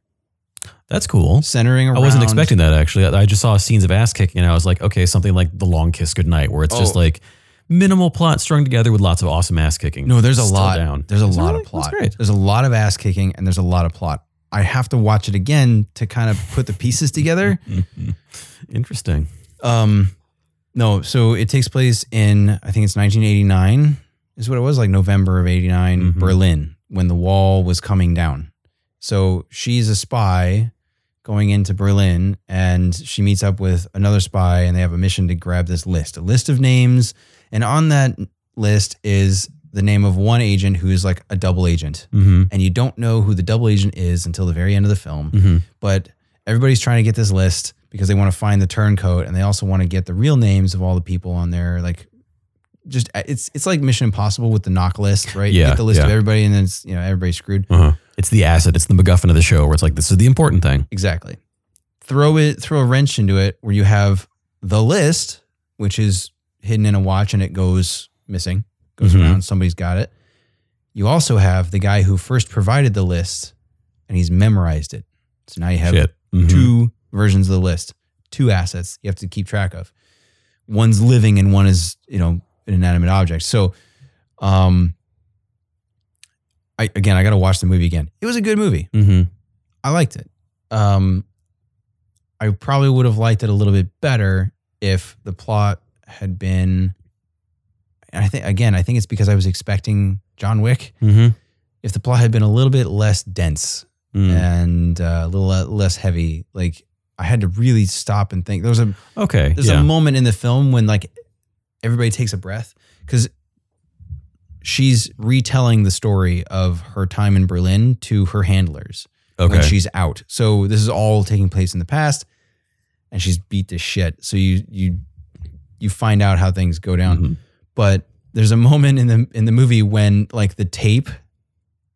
S2: That's cool.
S1: centering around
S2: I wasn't expecting that actually. I I just saw scenes of ass kicking, and I was like, okay, something like the long kiss goodnight, where it's just
S1: Oh.
S2: like minimal plot strung together with lots of awesome ass kicking.
S1: No, there's a
S2: Still
S1: lot.
S2: down.
S1: There's a
S2: Is it
S1: lot
S2: really?
S1: of plot.
S2: That's great.
S1: There's a lot of ass kicking and there's a lot of plot. I have to watch it again to kind of put the pieces together.
S2: Interesting.
S1: Um, no, so it takes place in I think it's 1989 is what it was like November of 89
S2: Mhm.
S1: Berlin when the wall was coming down. So she's a spy going into Berlin and she meets up with another spy and they have a mission to grab this list, a list of names and on that list is the name of one agent who is like a double agent
S2: hmm
S1: and you don't know who the double agent is until the very end of the film.
S2: hmm
S1: But everybody's trying to get this list because they want to find the turncoat and they also want to get the real names of all the people on there. Like, just uh, it's it's like Mission Impossible with the knock list, right? you
S2: Yeah,
S1: get the list of
S2: yeah.
S1: everybody, and then it's you know everybody's screwed.
S2: Uh-huh. It's the asset. It's the MacGuffin of the show, where it's like this is the important thing.
S1: Exactly. Throw it, throw a wrench into it, where you have the list, which is hidden in a watch, and it goes missing, goes
S2: Mhm.
S1: around. Somebody's got it. You also have the guy who first provided the list, and he's memorized it. So now you have
S2: Shit. Mhm.
S1: 2 versions of the list, two assets you have to keep track of. One's living, and one is you know an inanimate object. So, um, I again,
S2: Mm-hmm,
S1: I got to watch the movie again. It was a good movie.
S2: Mhm.
S1: I liked it. Um, I probably would have liked it a little bit better if the plot had been. And I think again, I think it's because I was expecting John Wick.
S2: Mm-hmm. mm.
S1: If the plot had been a little bit less dense
S2: Hmm.
S1: and uh, a little le- less heavy, like I had to really stop and think. There was a
S2: Okay.
S1: there's
S2: yeah.
S1: a moment in the film when like everybody takes a breath because she's retelling the story of her time in Berlin to her handlers when
S2: okay.
S1: she's out. So this is all taking place in the past, and she's beat to shit. So you you you find out how things go down.
S2: Mhm.
S1: But there's a moment in the in the movie when like the tape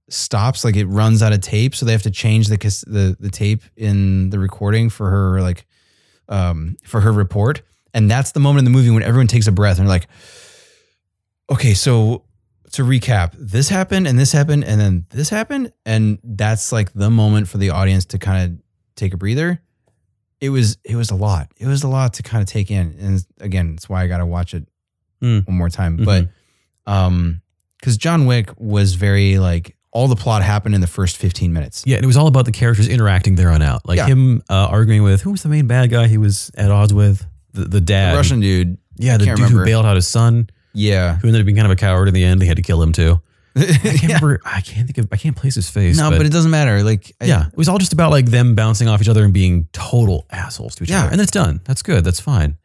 S1: stops, like it runs out of tape, so they have to change the cas- the the tape in the recording for her like um for her report. And that's the moment in the movie when everyone takes a breath and they're like, okay, so to recap, this happened and this happened and then this happened. And that's like the moment for the audience to kind of take a breather. It was it was a lot. It was a lot to kind of take in. And again, it's why I gotta watch it
S2: Mm.
S1: one more time. But um because John Wick was very like all the plot happened in the first 15 minutes.
S2: Yeah, and it was all about the characters interacting there on out, like
S1: Yeah.
S2: him uh, arguing with who was the main bad guy he was at odds with, the, the dad,
S1: The Russian dude.
S2: yeah, the
S1: can't
S2: dude
S1: remember.
S2: who bailed out his son,
S1: Yeah.
S2: who ended up being kind of a coward in the end. They had to kill him too. I can't
S1: Yeah.
S2: remember. I can't think of. I can't place his face.
S1: No, but, it doesn't matter. Like I-
S2: yeah, it was all just about like them bouncing off each other and being total assholes to each
S1: Yeah.
S2: other, and that's done. That's good. That's fine.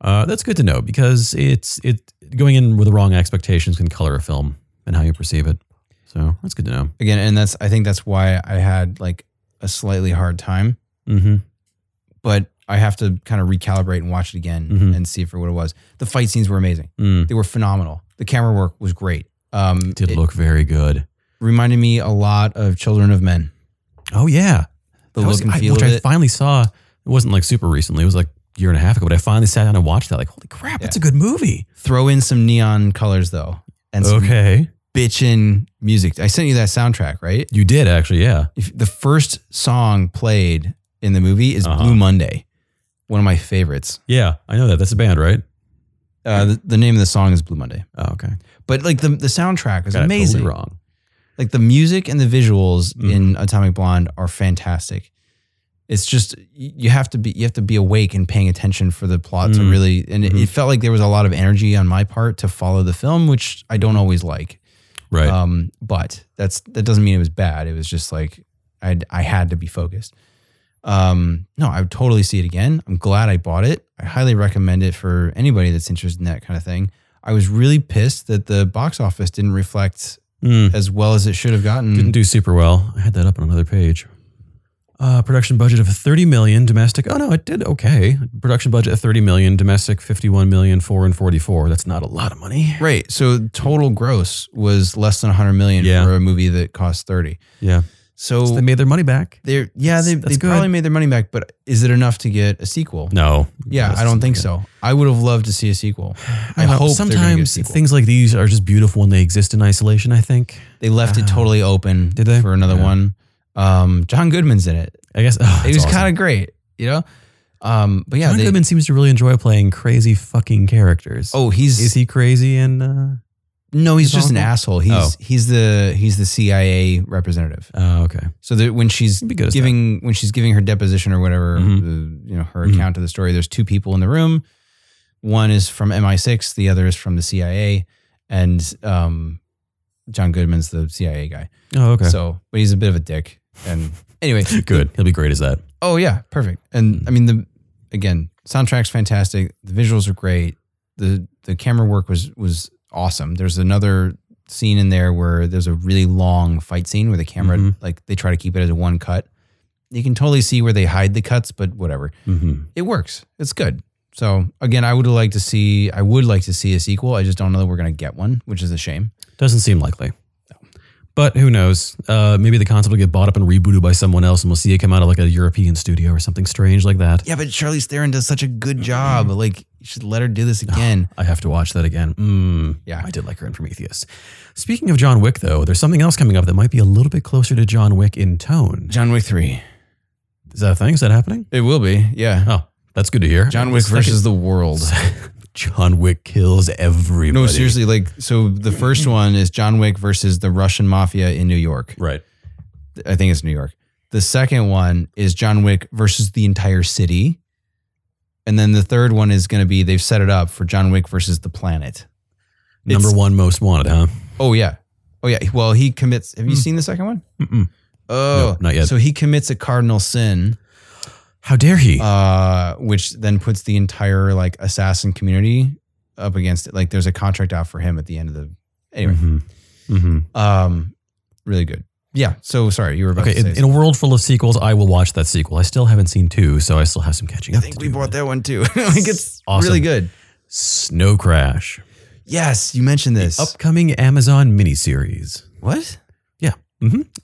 S2: Uh, that's good to know because it's it going in with the wrong expectations can color a film and how you perceive it. So that's good to know.
S1: again, and that's I think that's why I had like a slightly hard time.
S2: Mm-hmm.
S1: but I have to kind of recalibrate and watch it again
S2: Mhm.
S1: and see for what it was. The fight scenes were amazing.
S2: Mm.
S1: They were phenomenal. The camera work was great. Um,
S2: Did
S1: it
S2: look very good.
S1: reminded me a lot of Children of Men.
S2: Oh yeah,
S1: The
S2: That
S1: look
S2: was-
S1: and
S2: I-
S1: feel
S2: which
S1: of
S2: I
S1: it.
S2: finally saw. It wasn't like super recently. It was like a year and a half ago, but I finally sat down and watched that. Like, holy crap, that's a good movie.
S1: Throw in some neon colors though, and some
S2: okay,
S1: bitchin' music. I sent you that soundtrack, right?
S2: you did actually. Yeah.
S1: If the first song played in the movie is
S2: Uh-huh.
S1: Blue Monday, one of my favorites.
S2: Yeah, I know that. That's a band, right?
S1: Uh, the, the name of the song is Blue Monday,
S2: Oh, okay.
S1: but like the the soundtrack is
S2: Got it totally
S1: amazing.
S2: wrong.
S1: like the music and the visuals
S2: Mhm.
S1: in Atomic Blonde are fantastic. It's just y- you have to be you have to be awake and paying attention for the plot to
S2: Mm.
S1: really and it,
S2: Mhm.
S1: it felt like there was a lot of energy on my part to follow the film, which I don't always like.
S2: Right.
S1: Um, but that's that doesn't mean it was bad. It was just like I I had to be focused. Um, no, I would totally see it again. I'm glad I bought it. I highly recommend it for anybody that's interested in that kind of thing. I was really pissed that the box office didn't reflect
S2: Mm.
S1: as well as it should have gotten.
S2: Didn't do super well. I had that up on another page. Uh, production budget of 30 million domestic. Oh no, it did okay. Production budget of 30 million domestic, 51 million foreign 44. That's not a lot of money.
S1: Right. So total gross was less than 100 million
S2: Yeah.
S1: for a movie that cost 30.
S2: Yeah.
S1: So,
S2: So they made their money back.
S1: they yeah, they,
S2: That's
S1: they
S2: good.
S1: probably made their money back, but is it enough to get a sequel?
S2: No.
S1: Yeah, I don't think so. I would have loved to see a sequel. I
S2: Uh,
S1: hope
S2: sometimes
S1: sometimes
S2: things like these are just beautiful when they exist in isolation. I think.
S1: they left it
S2: Ah.
S1: totally open
S2: Did they?
S1: for another
S2: Yeah.
S1: one. Um, John Goodman's in it.
S2: I guess oh,
S1: It was kind of great, you know. Um, but yeah,
S2: John
S1: they,
S2: Goodman seems to really enjoy playing crazy fucking characters.
S1: oh, he's
S2: is he crazy? And uh,
S1: no, he's
S2: His
S1: just an
S2: uncle?
S1: asshole. He's
S2: Oh.
S1: he's the he's the CIA representative.
S2: oh, okay,
S1: So that when she's
S2: He'd be good as Mm-hmm.
S1: giving when she's giving her deposition or whatever, the, you know, her
S2: Mhm.
S1: account of the story. There's two people in the room. One is from MI6, the other is from the CIA, and um, John Goodman's the CIA guy.
S2: that. oh okay,
S1: So, but he's a bit of a dick. And anyway,
S2: good. He'll be great as that.
S1: Oh yeah, perfect. And I mean the again, soundtrack's fantastic. The visuals are great. The the camera work was was awesome. There's another scene in there where there's a really long fight scene where the camera
S2: Mhm.
S1: like they try to keep it as a one cut. You can totally see where they hide the cuts, but whatever.
S2: Mm-hmm.
S1: It works. It's good. So again, I would like to see I would like to see a sequel. I just don't know that we're gonna get one, which is a shame.
S2: Doesn't seem likely. But who knows? Uh, maybe the concept will get bought up and rebooted by someone else, and we'll see it come out of like a European studio or something strange like that.
S1: Yeah, but Charlize Theron does such a good job. Like you should let her do this again.
S2: I have to watch that again. Mm,
S1: Yeah.
S2: I did like her in Prometheus. Speaking of John Wick, though, there's something else coming up that might be a little bit closer to John Wick in tone.
S1: John Wick three.
S2: Is that a thing? Is that happening?
S1: It will be, yeah.
S2: Oh, that's good to hear.
S1: John Wick
S2: Second-
S1: versus the world.
S2: John Wick kills everybody.
S1: No, seriously, like so the first one is John Wick versus the Russian mafia in New York.
S2: Right.
S1: I think it's New York. The second one is John Wick versus the entire city. And then the third one is going to be they've set it up for John Wick versus the planet.
S2: Number
S1: It's-
S2: one most wanted, huh?
S1: Oh yeah. Oh yeah. Well, he commits. Have you
S2: Hmm.
S1: seen the second one?
S2: Mm-mm.
S1: Oh,
S2: No, not yet.
S1: So he commits a cardinal sin,
S2: How dare he?
S1: uh, which then puts the entire like assassin community up against it. Like there's a contract out for him at the end of the. Anyway,
S2: Mhm. Mhm.
S1: um, really good. Yeah. So sorry, you were about
S2: Okay,
S1: to say.
S2: in, in a world full of sequels, I will watch that sequel. I still haven't seen two, so I still have some catching
S1: I
S2: up.
S1: think
S2: to
S1: we
S2: do.
S1: bought that one too. like it's
S2: Awesome.
S1: really good.
S2: Snow Crash,
S1: Yes, you mentioned this.
S2: upcoming Amazon miniseries. mm-hmm.
S1: what?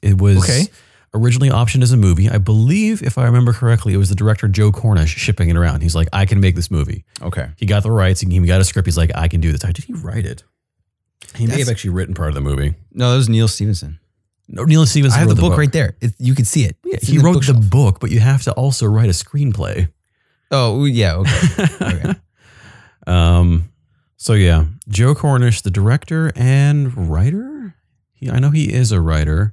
S2: It was
S1: Okay.
S2: originally optioned as a movie. I believe, if I remember correctly, it was the director Joe Cornish shipping it around. He's like, I can make this movie.
S1: Okay.
S2: He got the rights. He got a script. He's like, I can do this. Did he write it? He may
S1: That's-
S2: have actually written part of the movie.
S1: No, that was Neil Stevenson.
S2: No, Neil Stevens.
S1: I have
S2: wrote
S1: the book, right there. It, you can see it.
S2: Yeah,
S1: It's in
S2: he wrote the
S1: bookshelf.
S2: book, but you have to also write a screenplay.
S1: Oh yeah. Okay. Okay.
S2: um, so yeah, Joe Cornish, the director and writer. He, I know he is a writer.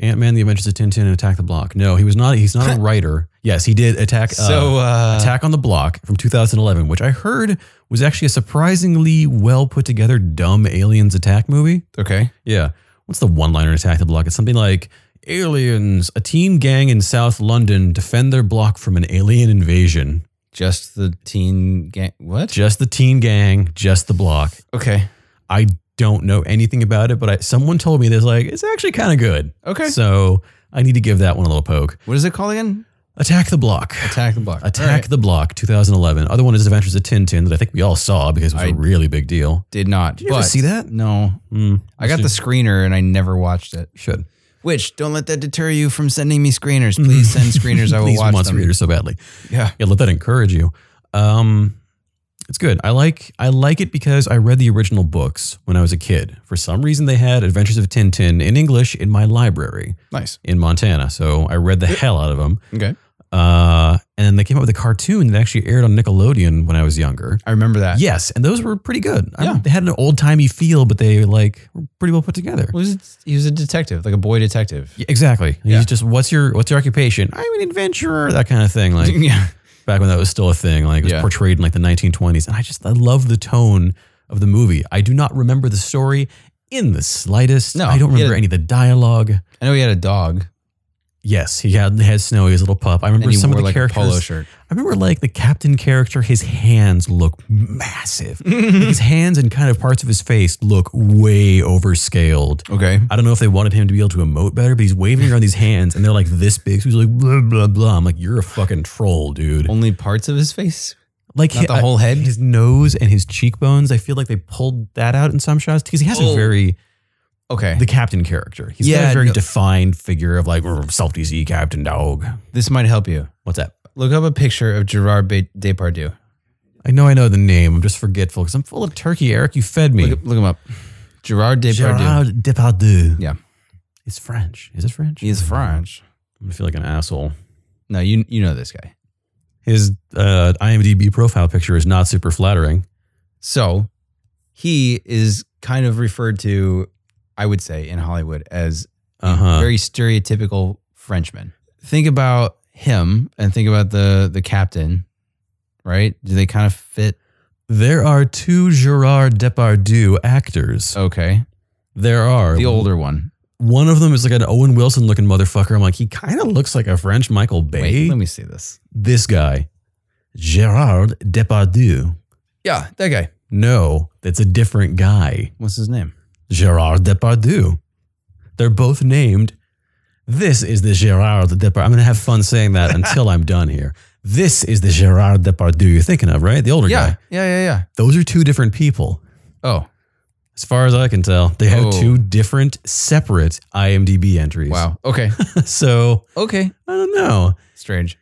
S2: Ant Man: The Adventures of Tintin and Attack the Block. No, he was not. He's not a writer. Yes, he did attack. uh,
S1: so uh,
S2: Attack on the Block from 2011, which I heard was actually a surprisingly well put together dumb aliens attack movie.
S1: okay.
S2: Yeah. What's the one liner in Attack the Block? It's something like Aliens, a teen gang in South London defend their block from an alien invasion.
S1: Just the teen gang. What?
S2: Just the teen gang, just the block.
S1: Okay.
S2: I don't know anything about it, but I, someone told me there's like, it's actually kind of good.
S1: Okay.
S2: So I need to give that one a little poke.
S1: what is it called again?
S2: Attack the Block.
S1: Attack the block.
S2: Attack
S1: All right.
S2: the Block 2011. Other one is Adventures of Tintin that I think we all saw because it was a
S1: I-
S2: really big deal.
S1: Did not.
S2: Did you ever
S1: but-
S2: see that?
S1: No.
S2: Mm,
S1: I got the screener and I never watched it.
S2: should.
S1: Which don't let that deter you from sending me screeners. Please send screeners. I will
S2: Please
S1: watch
S2: want
S1: them.
S2: readers so badly.
S1: Yeah.
S2: Yeah, let that encourage you. Um, it's good. I like I like it because I read the original books when I was a kid. For some reason, they had Adventures of Tintin in English in my library
S1: Nice.
S2: in Montana, so I read the hell out of them.
S1: Okay.
S2: Uh, and then they came up with a cartoon that actually aired on Nickelodeon when I was younger.
S1: I remember that.
S2: Yes, and those were pretty good. I-
S1: Yeah.
S2: they had an old timey feel, but they like were pretty well put together.
S1: Was it, he was a detective, like a boy detective.
S2: Yeah, exactly.
S1: Yeah.
S2: He's just what's your what's your occupation? I'm an adventurer, that kind of thing. Like
S1: yeah.
S2: back when that was still a thing. Like it was
S1: Yeah.
S2: portrayed in like the 1920s, and I just I love the tone of the movie. I do not remember the story in the slightest.
S1: No,
S2: I don't
S1: he had
S2: remember
S1: a-
S2: any of the dialogue.
S1: I know he had a dog.
S2: Yes, he had had Snowy, his little pup. I
S1: And
S2: remember
S1: he
S2: some
S1: wore
S2: of the
S1: like
S2: characters.
S1: a polo shirt.
S2: I remember like the captain character. His hands look massive. his hands and kind of parts of his face look way overscaled.
S1: Okay.
S2: I don't know if they wanted him to be able to emote better, but he's waving around these hands and they're like this big. So he's like, blah, blah, blah. I'm like, you're a fucking troll, dude.
S1: Only parts of his face?
S2: Like
S1: Not the whole
S2: I-
S1: head?
S2: his nose and his cheekbones. I feel like they pulled that out in some shots because he has
S1: Oh.
S2: a very,
S1: Okay.
S2: the captain character. He's got
S1: Yeah,
S2: a very
S1: no-
S2: defined figure of like, "Rrr, salty sea captain dog.
S1: this might help you.
S2: What's that?
S1: Look up a picture of Gerard Ba- Depardieu.
S2: I know I know the name. I'm just forgetful because I'm full of turkey, Eric. You fed me.
S1: Look, look him up. Gerard Depardieu.
S2: Gerard Depardieu.
S1: Yeah.
S2: It's French. Is it French?
S1: He is French.
S2: I'm gonna feel like an asshole.
S1: No, you you know this guy.
S2: His uh, IMDb profile picture is not super flattering.
S1: So he is kind of referred to, I would say, in Hollywood as a
S2: Uh huh.
S1: very stereotypical Frenchman. Think about him and think about the the captain, right? Do they kind of fit?
S2: There are two Gerard Depardieu actors.
S1: Okay,
S2: There are
S1: Oh. the older one.
S2: One of them is like an Owen Wilson looking motherfucker. I'm like, he kind of looks like a French Michael Bay.
S1: Wait, let me see this.
S2: this guy, Gerard Depardieu.
S1: Yeah, that guy.
S2: No, that's a different guy.
S1: What's his name?
S2: Gerard Depardieu. They're both named. This is the Gerard Depardieu. I'm going to have fun saying that until I'm done here. This is the Gerard Depardieu you're thinking of, right? The older
S1: Yeah,
S2: guy.
S1: yeah, yeah, yeah.
S2: Those are two different people.
S1: Oh,
S2: As far as I can tell, they have
S1: Oh.
S2: two different, separate IMDb entries.
S1: wow. Okay,
S2: so
S1: okay.
S2: I don't know.
S1: Strange.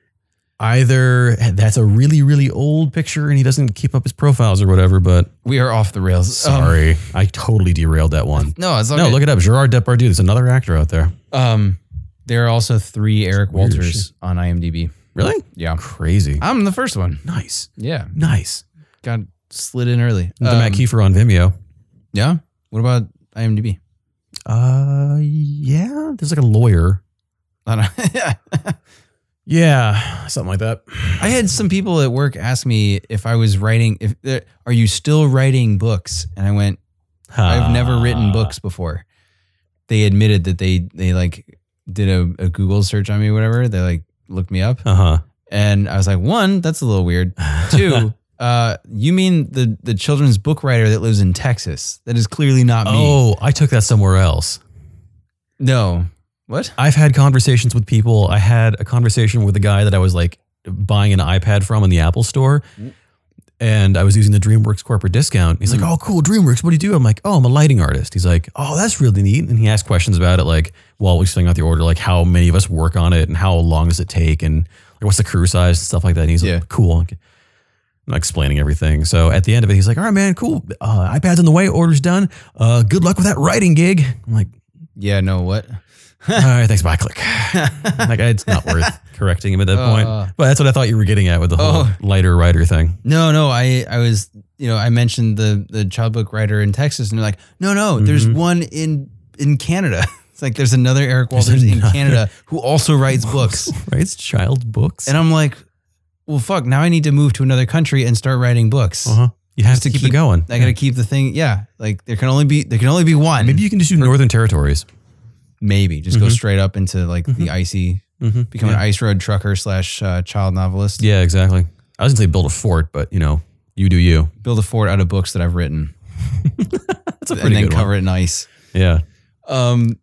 S2: Either that's a really, really old picture and he doesn't keep up his profiles or whatever, but
S1: We are off the rails. Um,
S2: sorry. I totally derailed that one.
S1: no, it's okay.
S2: No, look it up. Gerard Depardieu. There's another actor out there.
S1: Um, there are also three Eric
S2: weird
S1: Walters on IMDb.
S2: Really?
S1: Yeah,
S2: Crazy.
S1: I'm the first one.
S2: Nice.
S1: Yeah,
S2: Nice.
S1: got slid in early.
S2: The
S1: Um,
S2: Matt Kiefer on Vimeo.
S1: Yeah. What about IMDb?
S2: Uh, yeah. There's like a lawyer.
S1: I don't-
S2: Yeah, something like that.
S1: I had some people at work ask me if I was writing. If uh, are you still writing books? And I went, I've never
S2: Ah.
S1: written books before. They admitted that they they like did a, a Google search on me, whatever. They like looked me up,
S2: Uh huh.
S1: and I was like, one, that's a little weird. Two, uh, you mean the the children's book writer that lives in Texas? That is clearly not me.
S2: Oh, I took that somewhere else.
S1: No, what?
S2: I've had conversations with people. I had a conversation with a guy that I was like buying an iPad from in the Apple store. And I was using the DreamWorks corporate discount. He's like,
S1: Mm.
S2: Oh, cool, DreamWorks, what do you do? I'm like, Oh, I'm a lighting artist. He's like, Oh, that's really neat. And he asked questions about it, like while we filling out the order, like how many of us work on it and how long does it take and like, what's the crew size and stuff like that. And he's
S1: Yeah.
S2: like, Cool. I'm not explaining everything. So at the end of it, he's like, All right, man, cool. Uh, iPad's on the way, order's done. Uh, good luck with that writing gig. I'm like,
S1: Yeah, no, what?
S2: all right, thanks. Bye. Click. like it's not worth correcting him at that point.
S1: Uh.
S2: But that's what I thought you were getting at with the whole
S1: Oh.
S2: lighter writer thing.
S1: No, no, I I was you know I mentioned the the child book writer in Texas, and they're like, no, no, there's
S2: Mhm.
S1: one in in Canada. It's like there's another Eric
S2: There's
S1: Walters in
S2: another-
S1: Canada who also writes books,
S2: Writes child books.
S1: and I'm like, well, fuck, now I need to move to another country and start writing books.
S2: uh-huh. You have
S1: Just
S2: to
S1: to
S2: keep,
S1: keep-
S2: it going.
S1: I gotta keep the thing, yeah. Like there can only be there can only be one.
S2: Maybe you can just do Northern Territories.
S1: maybe just go
S2: Mhm.
S1: straight up into like the icy,
S2: Mm-hmm.
S1: become
S2: yeah.
S1: an ice road trucker slash uh, child novelist.
S2: Yeah, exactly. I was gonna say build a fort, but you know, you do you.
S1: Build a fort out of books that I've written,
S2: That's a
S1: and
S2: pretty
S1: then
S2: good
S1: cover
S2: one.
S1: it in ice.
S2: Yeah.
S1: Um,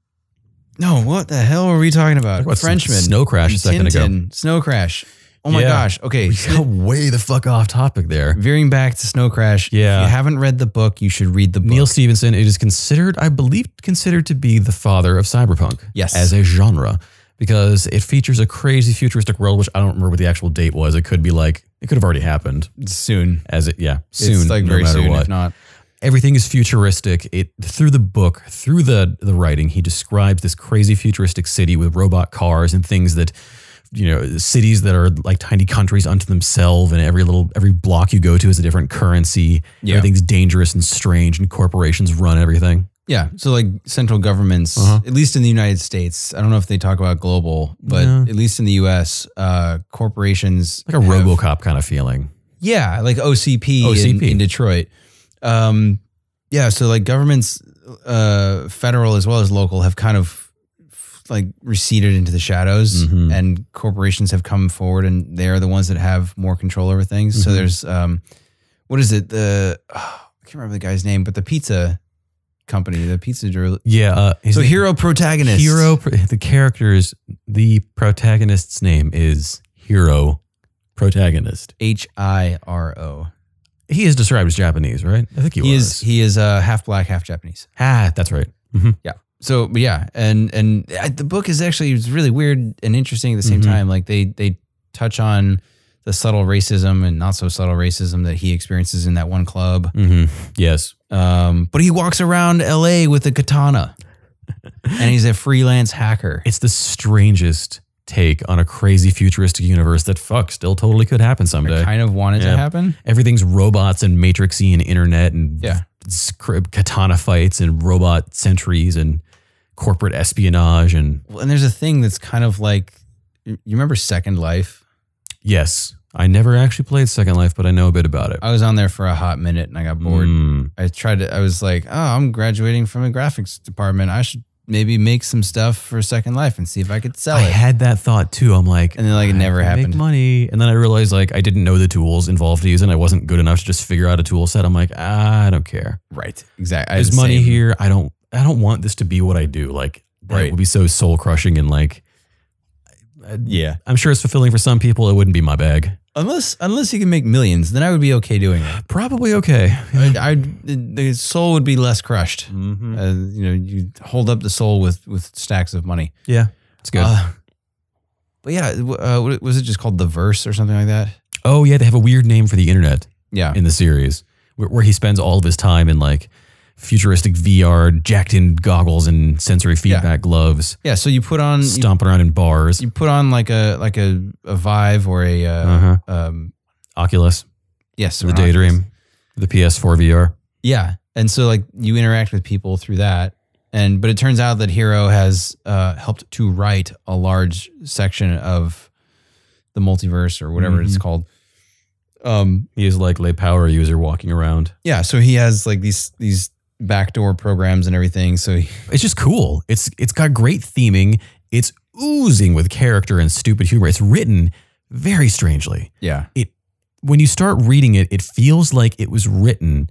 S1: no, what the hell were we talking about?
S2: Talk about some
S1: Frenchman,
S2: Snow crash a second ago.
S1: Tintin, Snow crash. Oh my
S2: Yeah.
S1: gosh. Okay,
S2: We got way the fuck off topic there.
S1: veering back to Snow Crash.
S2: Yeah.
S1: if you haven't read the book, you should read the book.
S2: Neil Stevenson, it is considered, I believe, considered to be the father of cyberpunk.
S1: Yes.
S2: As a genre, because it features a crazy futuristic world, which I don't remember what the actual date was. It could be like, it could have already happened
S1: soon,
S2: as it, yeah, soon,
S1: it's like
S2: no
S1: very
S2: matter
S1: soon,
S2: what.
S1: if not.
S2: Everything is futuristic. It Through the book, through the, the writing, he describes this crazy futuristic city with robot cars and things that, you know, cities that are like tiny countries unto themselves. And every little, every block you go to is a different currency.
S1: Yeah.
S2: Everything's dangerous and strange and corporations run everything.
S1: Yeah, so like central governments,
S2: Uh-huh.
S1: at least in the United States, I don't know if they talk about global, but
S2: No.
S1: at least in the U.S., uh, corporations
S2: like a
S1: have-
S2: RoboCop kind of feeling.
S1: Yeah, like OCP, In,
S2: OCP.
S1: in Detroit. Um, yeah, so like governments, uh, federal as well as local, have kind of like receded into the shadows,
S2: Mhm.
S1: and corporations have come forward, and they are the ones that have more control over things. So
S2: Mhm.
S1: there's um, what is it? The oh, I can't remember the guy's name, but the pizza company, the pizza. Dri-
S2: Yeah. Uh, his
S1: so
S2: name-
S1: hero protagonist,
S2: hero, pr- the character's, the protagonist's name is hero protagonist.
S1: H I R O.
S2: He is described as Japanese, right? I think he,
S1: He is
S2: was.
S1: he is uh, half black, half Japanese.
S2: ah, that's right. Mhm.
S1: so but yeah and and I, the book is actually it's really weird and interesting at the same
S2: Mhm.
S1: time like they they touch on the subtle racism and not so subtle racism that he experiences in that one club
S2: Mhm. Yes.
S1: um, but he walks around la with a katana and he's a freelance hacker
S2: It's the strangest take on a crazy futuristic universe that fuck still totally could happen
S1: I
S2: someday.
S1: kind of wanted to
S2: Yeah.
S1: happen
S2: Everything's robots and matrixy and internet and
S1: Yeah.
S2: s- cr- katana fights and robot sentries and corporate espionage and
S1: Well, and there's a thing that's kind of like you you remember second life
S2: Yes. I never actually played Second Life, but I know a bit about it.
S1: i was on there for a hot minute and i got bored
S2: Mm.
S1: I tried to, I was like, oh, I'm graduating from a graphics department. I should maybe make some stuff for Second Life and see if I could sell
S2: I
S1: it.
S2: had that thought too. I'm like,
S1: And then, like, it
S2: I
S1: never
S2: can
S1: happened.
S2: Make money, and then I realized like I didn't know the tools involved to use, and I wasn't good enough to just figure out a tool set. I'm like, "Ah, I don't care.
S1: right. Exactly.
S2: There's money here. I don't. I don't want this to be what I do. Like that
S1: Right.
S2: would be so soul crushing and like. I-
S1: Yeah.
S2: I'm sure it's fulfilling for some people. It wouldn't be my bag.
S1: Unless, unless you can make millions, then I would be okay doing it.
S2: Probably okay.
S1: I'd, I'd, the- the soul would be less crushed.
S2: Mm-hmm.
S1: Uh, you know, you hold up the soul with, with stacks of money.
S2: Yeah, it's good.
S1: Uh, but yeah, w- uh, what- was it just called The Verse or something like that?
S2: oh yeah, they have a weird name for the internet.
S1: Yeah.
S2: in the series, where, where he spends all of his time in like futuristic VR, jacked in goggles and sensory feedback gloves,
S1: Yeah. So you put on, Mm, you,
S2: stomping around in bars.
S1: you put on like a, like a, a Vive or a, uh,
S2: Uh-huh.
S1: um,
S2: Oculus,
S1: yes,
S2: the
S1: an Oculus.
S2: Daydream, the PS4 VR.
S1: Yeah. And so like you interact with people through that. And but it turns out that Hero has uh, helped to write a large section of the multiverse or whatever
S2: Mm-hmm.
S1: it's called. Um,
S2: He is like a power user walking around.
S1: yeah, so he has like these these backdoor programs and everything. So he,
S2: It's just cool. It's it's got great theming. It's oozing with character and stupid humor. It's written very strangely.
S1: yeah,
S2: When you start reading it, it feels like it was written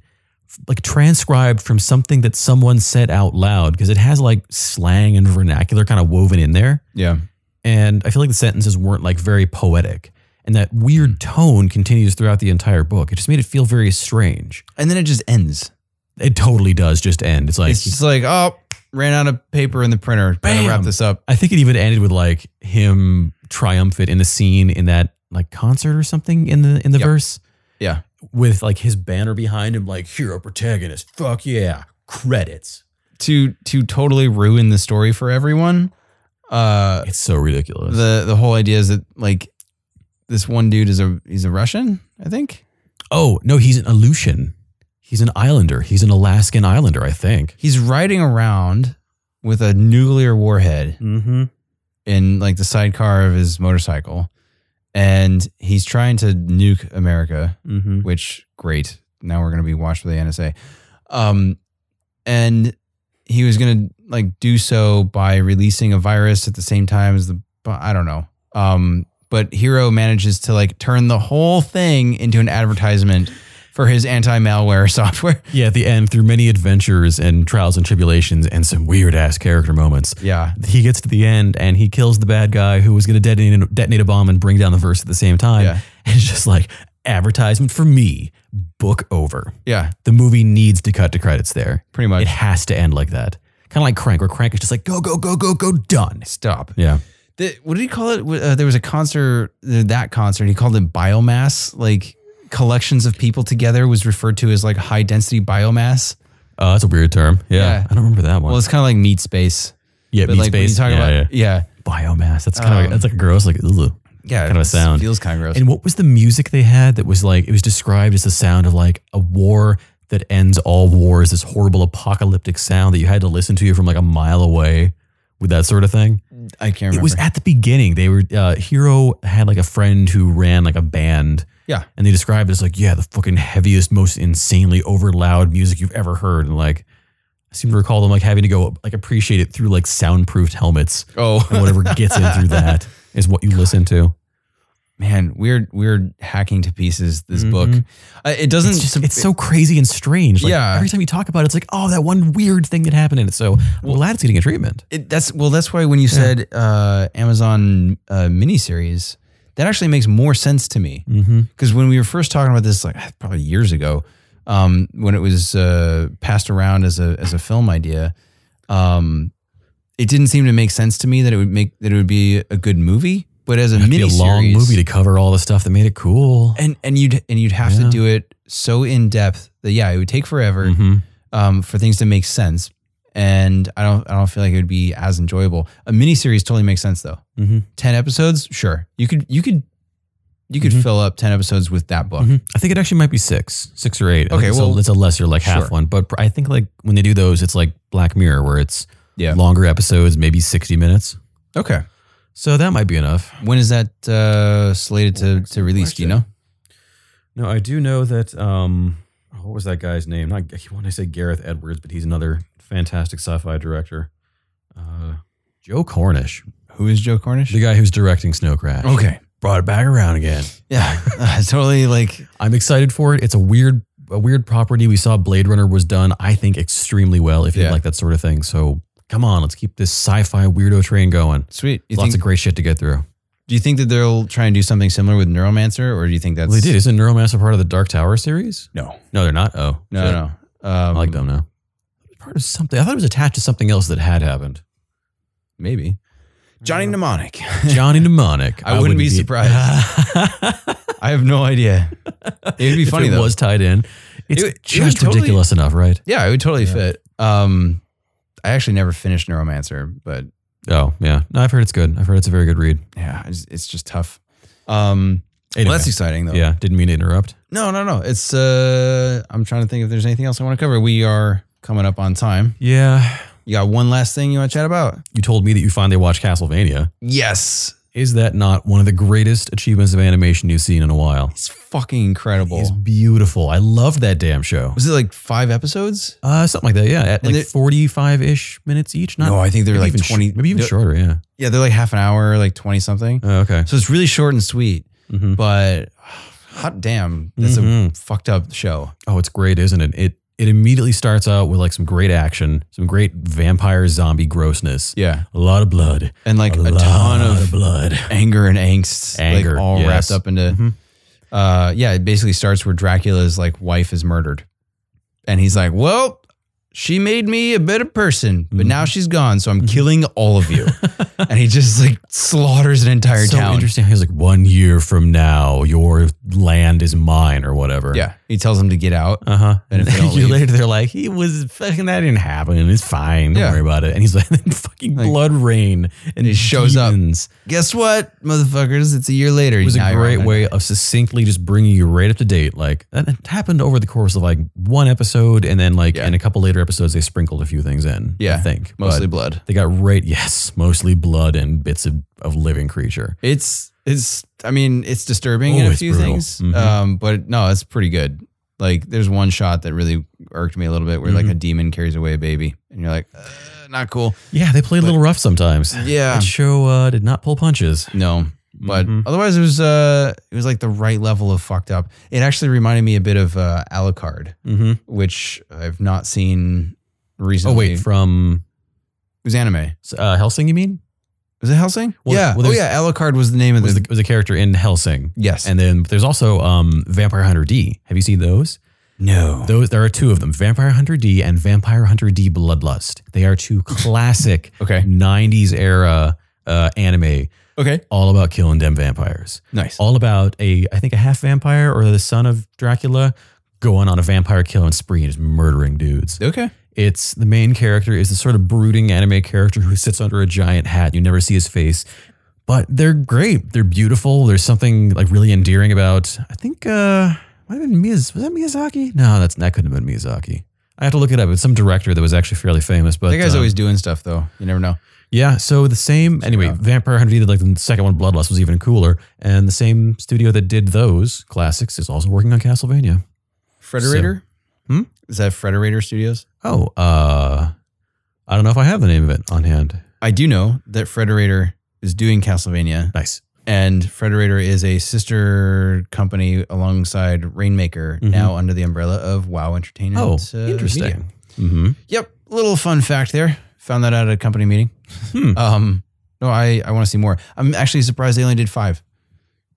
S2: like transcribed from something that someone said out loud because it has like slang and vernacular kind of woven in there.
S1: yeah,
S2: and I feel like the sentences weren't like very poetic. And that weird tone continues throughout the entire book. It just made it feel very strange.
S1: and then it just ends.
S2: It totally does just end. It's like
S1: it's just like oh, ran out of paper in the printer. Gotta
S2: Bam.
S1: wrap this up.
S2: I think it even ended with like him triumphant in the scene in that like concert or something in the in the
S1: Yep.
S2: verse
S1: Yeah,
S2: with like his banner behind him, like hero protagonist. Fuck yeah, credits.
S1: to to totally ruin the story for everyone. Uh,
S2: It's so ridiculous.
S1: the the whole idea is that like this one dude is a he's a Russian, I think.
S2: oh no, he's an Aleutian. He's an islander. He's an Alaskan islander, I think.
S1: He's riding around with a nuclear warhead
S2: Mm-hmm.
S1: in like the sidecar of his motorcycle, and he's trying to nuke America.
S2: Mm-hmm.
S1: Which great, now we're gonna be watched by the NSA. Um, and he was gonna like do so by releasing a virus at the same time as the I don't know. Um, but Hero manages to like turn the whole thing into an advertisement for his anti-malware software.
S2: Yeah, at the end, through many adventures and trials and tribulations and some weird ass character moments,
S1: Yeah,
S2: he gets to the end and he kills the bad guy who was going to detonate, detonate a bomb and bring down the verse at the same time.
S1: Yeah.
S2: And it's just like, advertisement for me, book over.
S1: yeah,
S2: The movie needs to cut to credits there.
S1: pretty much.
S2: It has to end like that. Kind of like Crank, where Crank is just like, go, go, go, go, go, done.
S1: Stop.
S2: Yeah.
S1: The, what did he call it? Uh, there was a concert, that concert, he called it biomass. Like collections of people together was referred to as like high density biomass.
S2: Oh, that's a weird term. Yeah.
S1: Yeah.
S2: I don't remember that one.
S1: Well, it's kind of like meat space.
S2: yeah,
S1: But
S2: meat
S1: like
S2: space.
S1: when you talk
S2: yeah,
S1: about, yeah,
S2: yeah. biomass. That's kind of
S1: Um,
S2: like, that's like a gross, like, ugh.
S1: yeah,
S2: Kind of a
S1: it's-
S2: sound.
S1: feels kind of gross.
S2: And what was the music they had that was like, it was described as the sound of like a war that ends all wars, this horrible apocalyptic sound that you had to listen to from like a mile away with that sort of thing?
S1: I can't remember.
S2: It was at the beginning. They were, uh, Hero had like a friend who ran like a band.
S1: Yeah.
S2: And they described it as like, yeah, the fucking heaviest, most insanely over loud music you've ever heard. And like, I seem to recall them like having to go like appreciate it through like soundproofed helmets and
S1: oh
S2: whatever gets in through that is what you listen to.
S1: man, weird, weird hacking to pieces. This
S2: Mhm.
S1: book, uh, it doesn't.
S2: it's just it's so crazy and strange. Like,
S1: Yeah.
S2: Every time you talk about it, it's like, oh, that one weird thing that happened in it. So I'm glad it's getting a treatment.
S1: It, that's well. That's why when you said uh, Amazon uh, miniseries, that actually makes more sense to me.
S2: Mm-hmm.
S1: because when we were first talking about this, like probably years ago, um, when it was uh, passed around as a as a film idea, um, it didn't seem to make sense to me that it would make that it would be a good movie, but as a
S2: It'd be a
S1: mini
S2: long movie to cover all the stuff that made it cool.
S1: and and you'd and you'd have to
S2: Yeah.
S1: do it so in depth that yeah, it would take forever
S2: Mhm.
S1: um, for things to make sense. And I don't, I don't feel like it would be as enjoyable. A miniseries totally makes sense though.
S2: Mhm.
S1: Ten episodes, sure. You could, you could, you could
S2: Mhm.
S1: fill up ten episodes with that book.
S2: Mhm. I think it actually might be six, six or eight. I think
S1: Mm-hmm. Okay,
S2: it's,
S1: well,
S2: a, it's a lesser like half
S1: sure.
S2: one, but pr- I think like when they do those, it's like Black Mirror, where it's
S1: Yeah.
S2: longer episodes, maybe sixty minutes.
S1: Okay.
S2: So that might be enough.
S1: When is that uh, slated to, to release? Do you know?
S2: No, I do know that. Um, what was that guy's name? Not I want to say Gareth Edwards, but he's another fantastic sci-fi director. Uh, Joe Cornish,
S1: Who is Joe Cornish?
S2: the guy who's directing Snow Crash.
S1: Okay.
S2: brought it back around again.
S1: Yeah. Uh, totally like,
S2: I'm excited for it. It's a weird, a weird property. We saw Blade Runner was done, I think, extremely well. If you
S1: Yeah.
S2: like that sort of thing, so come on, let's keep this sci-fi weirdo train going.
S1: sweet. You
S2: Lots
S1: think,
S2: of great shit to get through.
S1: do you think that they'll try and do something similar with Neuromancer or do you think that's.
S2: Well, they did. Isn't Neuromancer part of the Dark Tower series?
S1: No.
S2: No, they're not. Oh,
S1: No,
S2: shit.
S1: no. Um,
S2: I like them now. Part of something. I thought it was attached to something else that had happened.
S1: Maybe. Johnny Mnemonic.
S2: Johnny Mnemonic.
S1: I wouldn't be surprised. I have no idea. It would be
S2: If
S1: funny
S2: it
S1: though.
S2: was tied in. It's
S1: It would- it
S2: just
S1: would totally-
S2: ridiculous enough, right?
S1: Yeah, it would totally
S2: Yeah.
S1: fit. Um, I actually never finished Neuromancer, but
S2: Oh yeah. No, I've heard it's good. I've heard it's a very good read.
S1: yeah, it's, it's just tough. Um,
S2: Anyway.
S1: well, that's exciting though.
S2: yeah. Didn't mean to interrupt.
S1: No, no, no. It's uh I'm trying to think if there's anything else I want to cover. We are coming up on time.
S2: Yeah.
S1: You got one last thing you want to chat about?
S2: You told me that you finally watched Castlevania.
S1: Yes.
S2: Is that not one of the greatest achievements of animation you've seen in a while?
S1: It's fucking incredible.
S2: It's beautiful. I love that damn show.
S1: was it like five episodes?
S2: Uh, something like that. Yeah, at
S1: And
S2: like
S1: it-
S2: forty-five ish minutes each. Not
S1: no, I think they're
S2: maybe
S1: like
S2: even sh-
S1: 20.
S2: maybe even
S1: they're-
S2: shorter. Yeah.
S1: Yeah, they're like half an hour, like 20 something.
S2: Oh, okay.
S1: So it's really short and sweet,
S2: hmm
S1: but hot damn, that's a
S2: Mhm.
S1: fucked up show.
S2: Oh, it's great, isn't it? It it immediately starts out with like some great action, some great vampire zombie grossness,
S1: Yeah.
S2: a lot of blood,
S1: And like
S2: a,
S1: a,
S2: lot
S1: ton
S2: of,
S1: of
S2: blood.
S1: anger and angst,
S2: Anger,
S1: like all
S2: yes.
S1: wrapped up into.
S2: Mhm.
S1: Uh, yeah, it basically starts where Dracula's like wife is murdered, and he's like, "Well, she made me a better person,
S2: Mm-hmm.
S1: but now she's gone, so I'm killing all of you." and he just like slaughters an entire
S2: so
S1: town.
S2: interesting. He's like, one year from now, your land is mine, or whatever.
S1: Yeah, he tells him to get out.
S2: Uh huh.
S1: And if they don't leave-
S2: later, they're like, he was fucking that didn't happen. It's fine. Don't
S1: Yeah.
S2: worry about it. And he's like, fucking
S1: Like-
S2: blood rain, and
S1: he shows up.
S2: demons.
S1: Guess what, motherfuckers? It's a year later.
S2: It was
S1: Now
S2: a
S1: you're
S2: great
S1: on it.
S2: way of succinctly just bringing you right up to date. Like that happened over the course of like one episode, and then like
S1: Yeah.
S2: in a couple later episodes, they sprinkled a few things in. I
S1: Yeah.
S2: think But
S1: Mostly blood.
S2: they got right. Yes, mostly blood and bits of, of living creature.
S1: It's it's I mean it's disturbing
S2: Oh,
S1: in a
S2: it's
S1: few
S2: brutal.
S1: things,
S2: Mhm.
S1: um, but no, it's pretty good. Like there's one shot that really irked me a little bit, where
S2: Mm-hmm.
S1: like a demon carries away a baby, and you're like, uh, not cool.
S2: Yeah, they played a little rough sometimes.
S1: Yeah,
S2: That show uh, did not pull punches.
S1: no, but
S2: Mhm.
S1: otherwise it was uh it was like the right level of fucked up. It actually reminded me a bit of uh, Alucard,
S2: Mm-hmm.
S1: which I've not seen
S2: Oh
S1: recently.
S2: wait, from
S1: it was anime.
S2: uh, Helsing, you mean?
S1: Was it Hellsing?
S2: Well,
S1: yeah.
S2: well,
S1: oh
S2: there's-
S1: yeah, Alucard was the name of
S2: Was
S1: the,
S2: the was a character in Helsing?
S1: yes.
S2: And then there's also um, Vampire Hunter D. Have you seen those?
S1: no.
S2: Those there are two of them: Vampire Hunter D and Vampire Hunter D Bloodlust. They are two classic
S1: okay.
S2: '90s era uh, anime,
S1: Okay.
S2: all about killing them vampires.
S1: Nice.
S2: All about a, I think, a half vampire or the son of Dracula going on a vampire killing spree and just murdering dudes.
S1: Okay.
S2: It's the main character is the sort of brooding anime character who sits under a giant hat. You never see his face, but they're great. They're beautiful. There's something like really endearing about. I think uh, might have been Miyaz. Was that Miyazaki? No, that's that couldn't have been Miyazaki. I have to look it up. It's some director that was actually fairly famous. But
S1: that guy's
S2: um,
S1: always doing stuff though. You never know.
S2: yeah. So the same. Anyway,
S1: out.
S2: Vampire Hunter D did like the second one, Bloodlust was even cooler, and the same studio that did those classics is also working on Castlevania.
S1: Frederator?
S2: Hmm?
S1: Is that Frederator Studios?
S2: Oh, uh, I don't know if I have the name of it on hand.
S1: I do know that Frederator is doing Castlevania,
S2: Nice.
S1: and Frederator is a sister company alongside Rainmaker,
S2: Mhm.
S1: now under the umbrella of WoW Entertainment.
S2: Oh,
S1: uh, Media.
S2: interesting. Mm-hmm.
S1: Yep. Little fun fact there. Found that out at a company meeting.
S2: Hmm.
S1: Um, no, I, I want to see more. I'm actually surprised they only did five.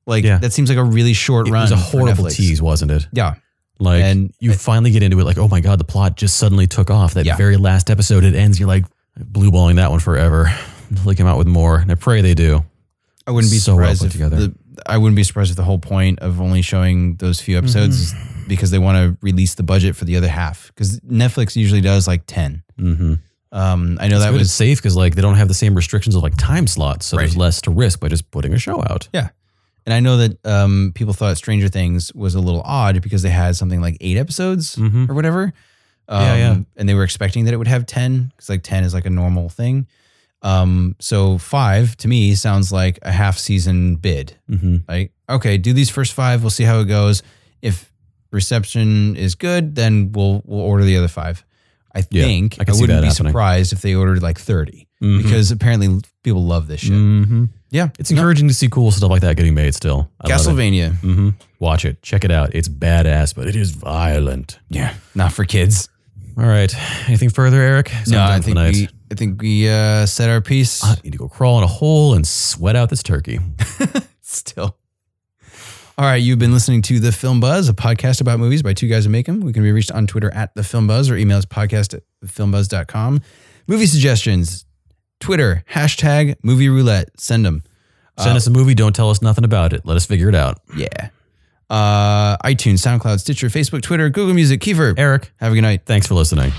S1: Like,
S2: Yeah.
S1: that seems like a really short
S2: It
S1: run.
S2: was a
S1: for
S2: horrible
S1: Netflix.
S2: tease, wasn't it?
S1: Yeah.
S2: Like,
S1: And-
S2: you finally get into it, like, oh my god, the plot just suddenly took off. That
S1: Yeah.
S2: very last episode, it ends. You're like, blue balling that one forever. They come out with more, and I pray they do.
S1: I wouldn't be
S2: so well
S1: surprised
S2: put
S1: if
S2: together.
S1: the I wouldn't be surprised if the whole point of only showing those few episodes is because they want to release the budget for the other half because Netflix usually does like ten.
S2: Mm-hmm.
S1: Um, I know that
S2: was
S1: was
S2: safe because like they don't have the same restrictions of like time slots, so there's
S1: Right.
S2: less to risk by just putting a show out.
S1: and I know that um, people thought Stranger Things was a little odd because they had something like eight episodes
S2: Mm-hmm.
S1: or whatever. Um,
S2: Yeah, yeah.
S1: And they were expecting that it would have ten because like ten is like a normal thing. Um, so five to me sounds like a half season bid.
S2: Mm-hmm.
S1: like okay do these first five we'll see how it goes if reception is good then we'll we'll order the other five i
S2: Yeah,
S1: think
S2: I
S1: i,
S2: can see
S1: wouldn't
S2: that
S1: be
S2: happening. Mm-hmm.
S1: surprised if they ordered like 30 because apparently people love this shit
S2: hmm
S1: yeah
S2: it's encouraging to see cool stuff like that getting made. Still, I love it.
S1: castlevania
S2: Mhm. Watch it, check it out. It's badass, but it is violent.
S1: yeah not for kids
S2: All right. Anything further, Eric? So
S1: no
S2: I'm done
S1: i
S2: for the
S1: think
S2: night.
S1: we i think we uh set our piece
S2: I need to go crawl in a hole and sweat out this turkey.
S1: still all right, you've been listening to The Film Buzz, a podcast about movies by two guys who make them. We can be reached on Twitter at The Film Buzz or email us podcast at filmbuzz.com. Movie suggestions, Twitter, hashtag movie roulette. Send them. Uh,
S2: Send us a movie. Don't tell us nothing about it. Let us figure it out.
S1: Yeah. Uh, iTunes, SoundCloud, Stitcher, Facebook, Twitter, Google Music, Kiefer.
S2: Eric,
S1: Have a good night.
S2: thanks for listening.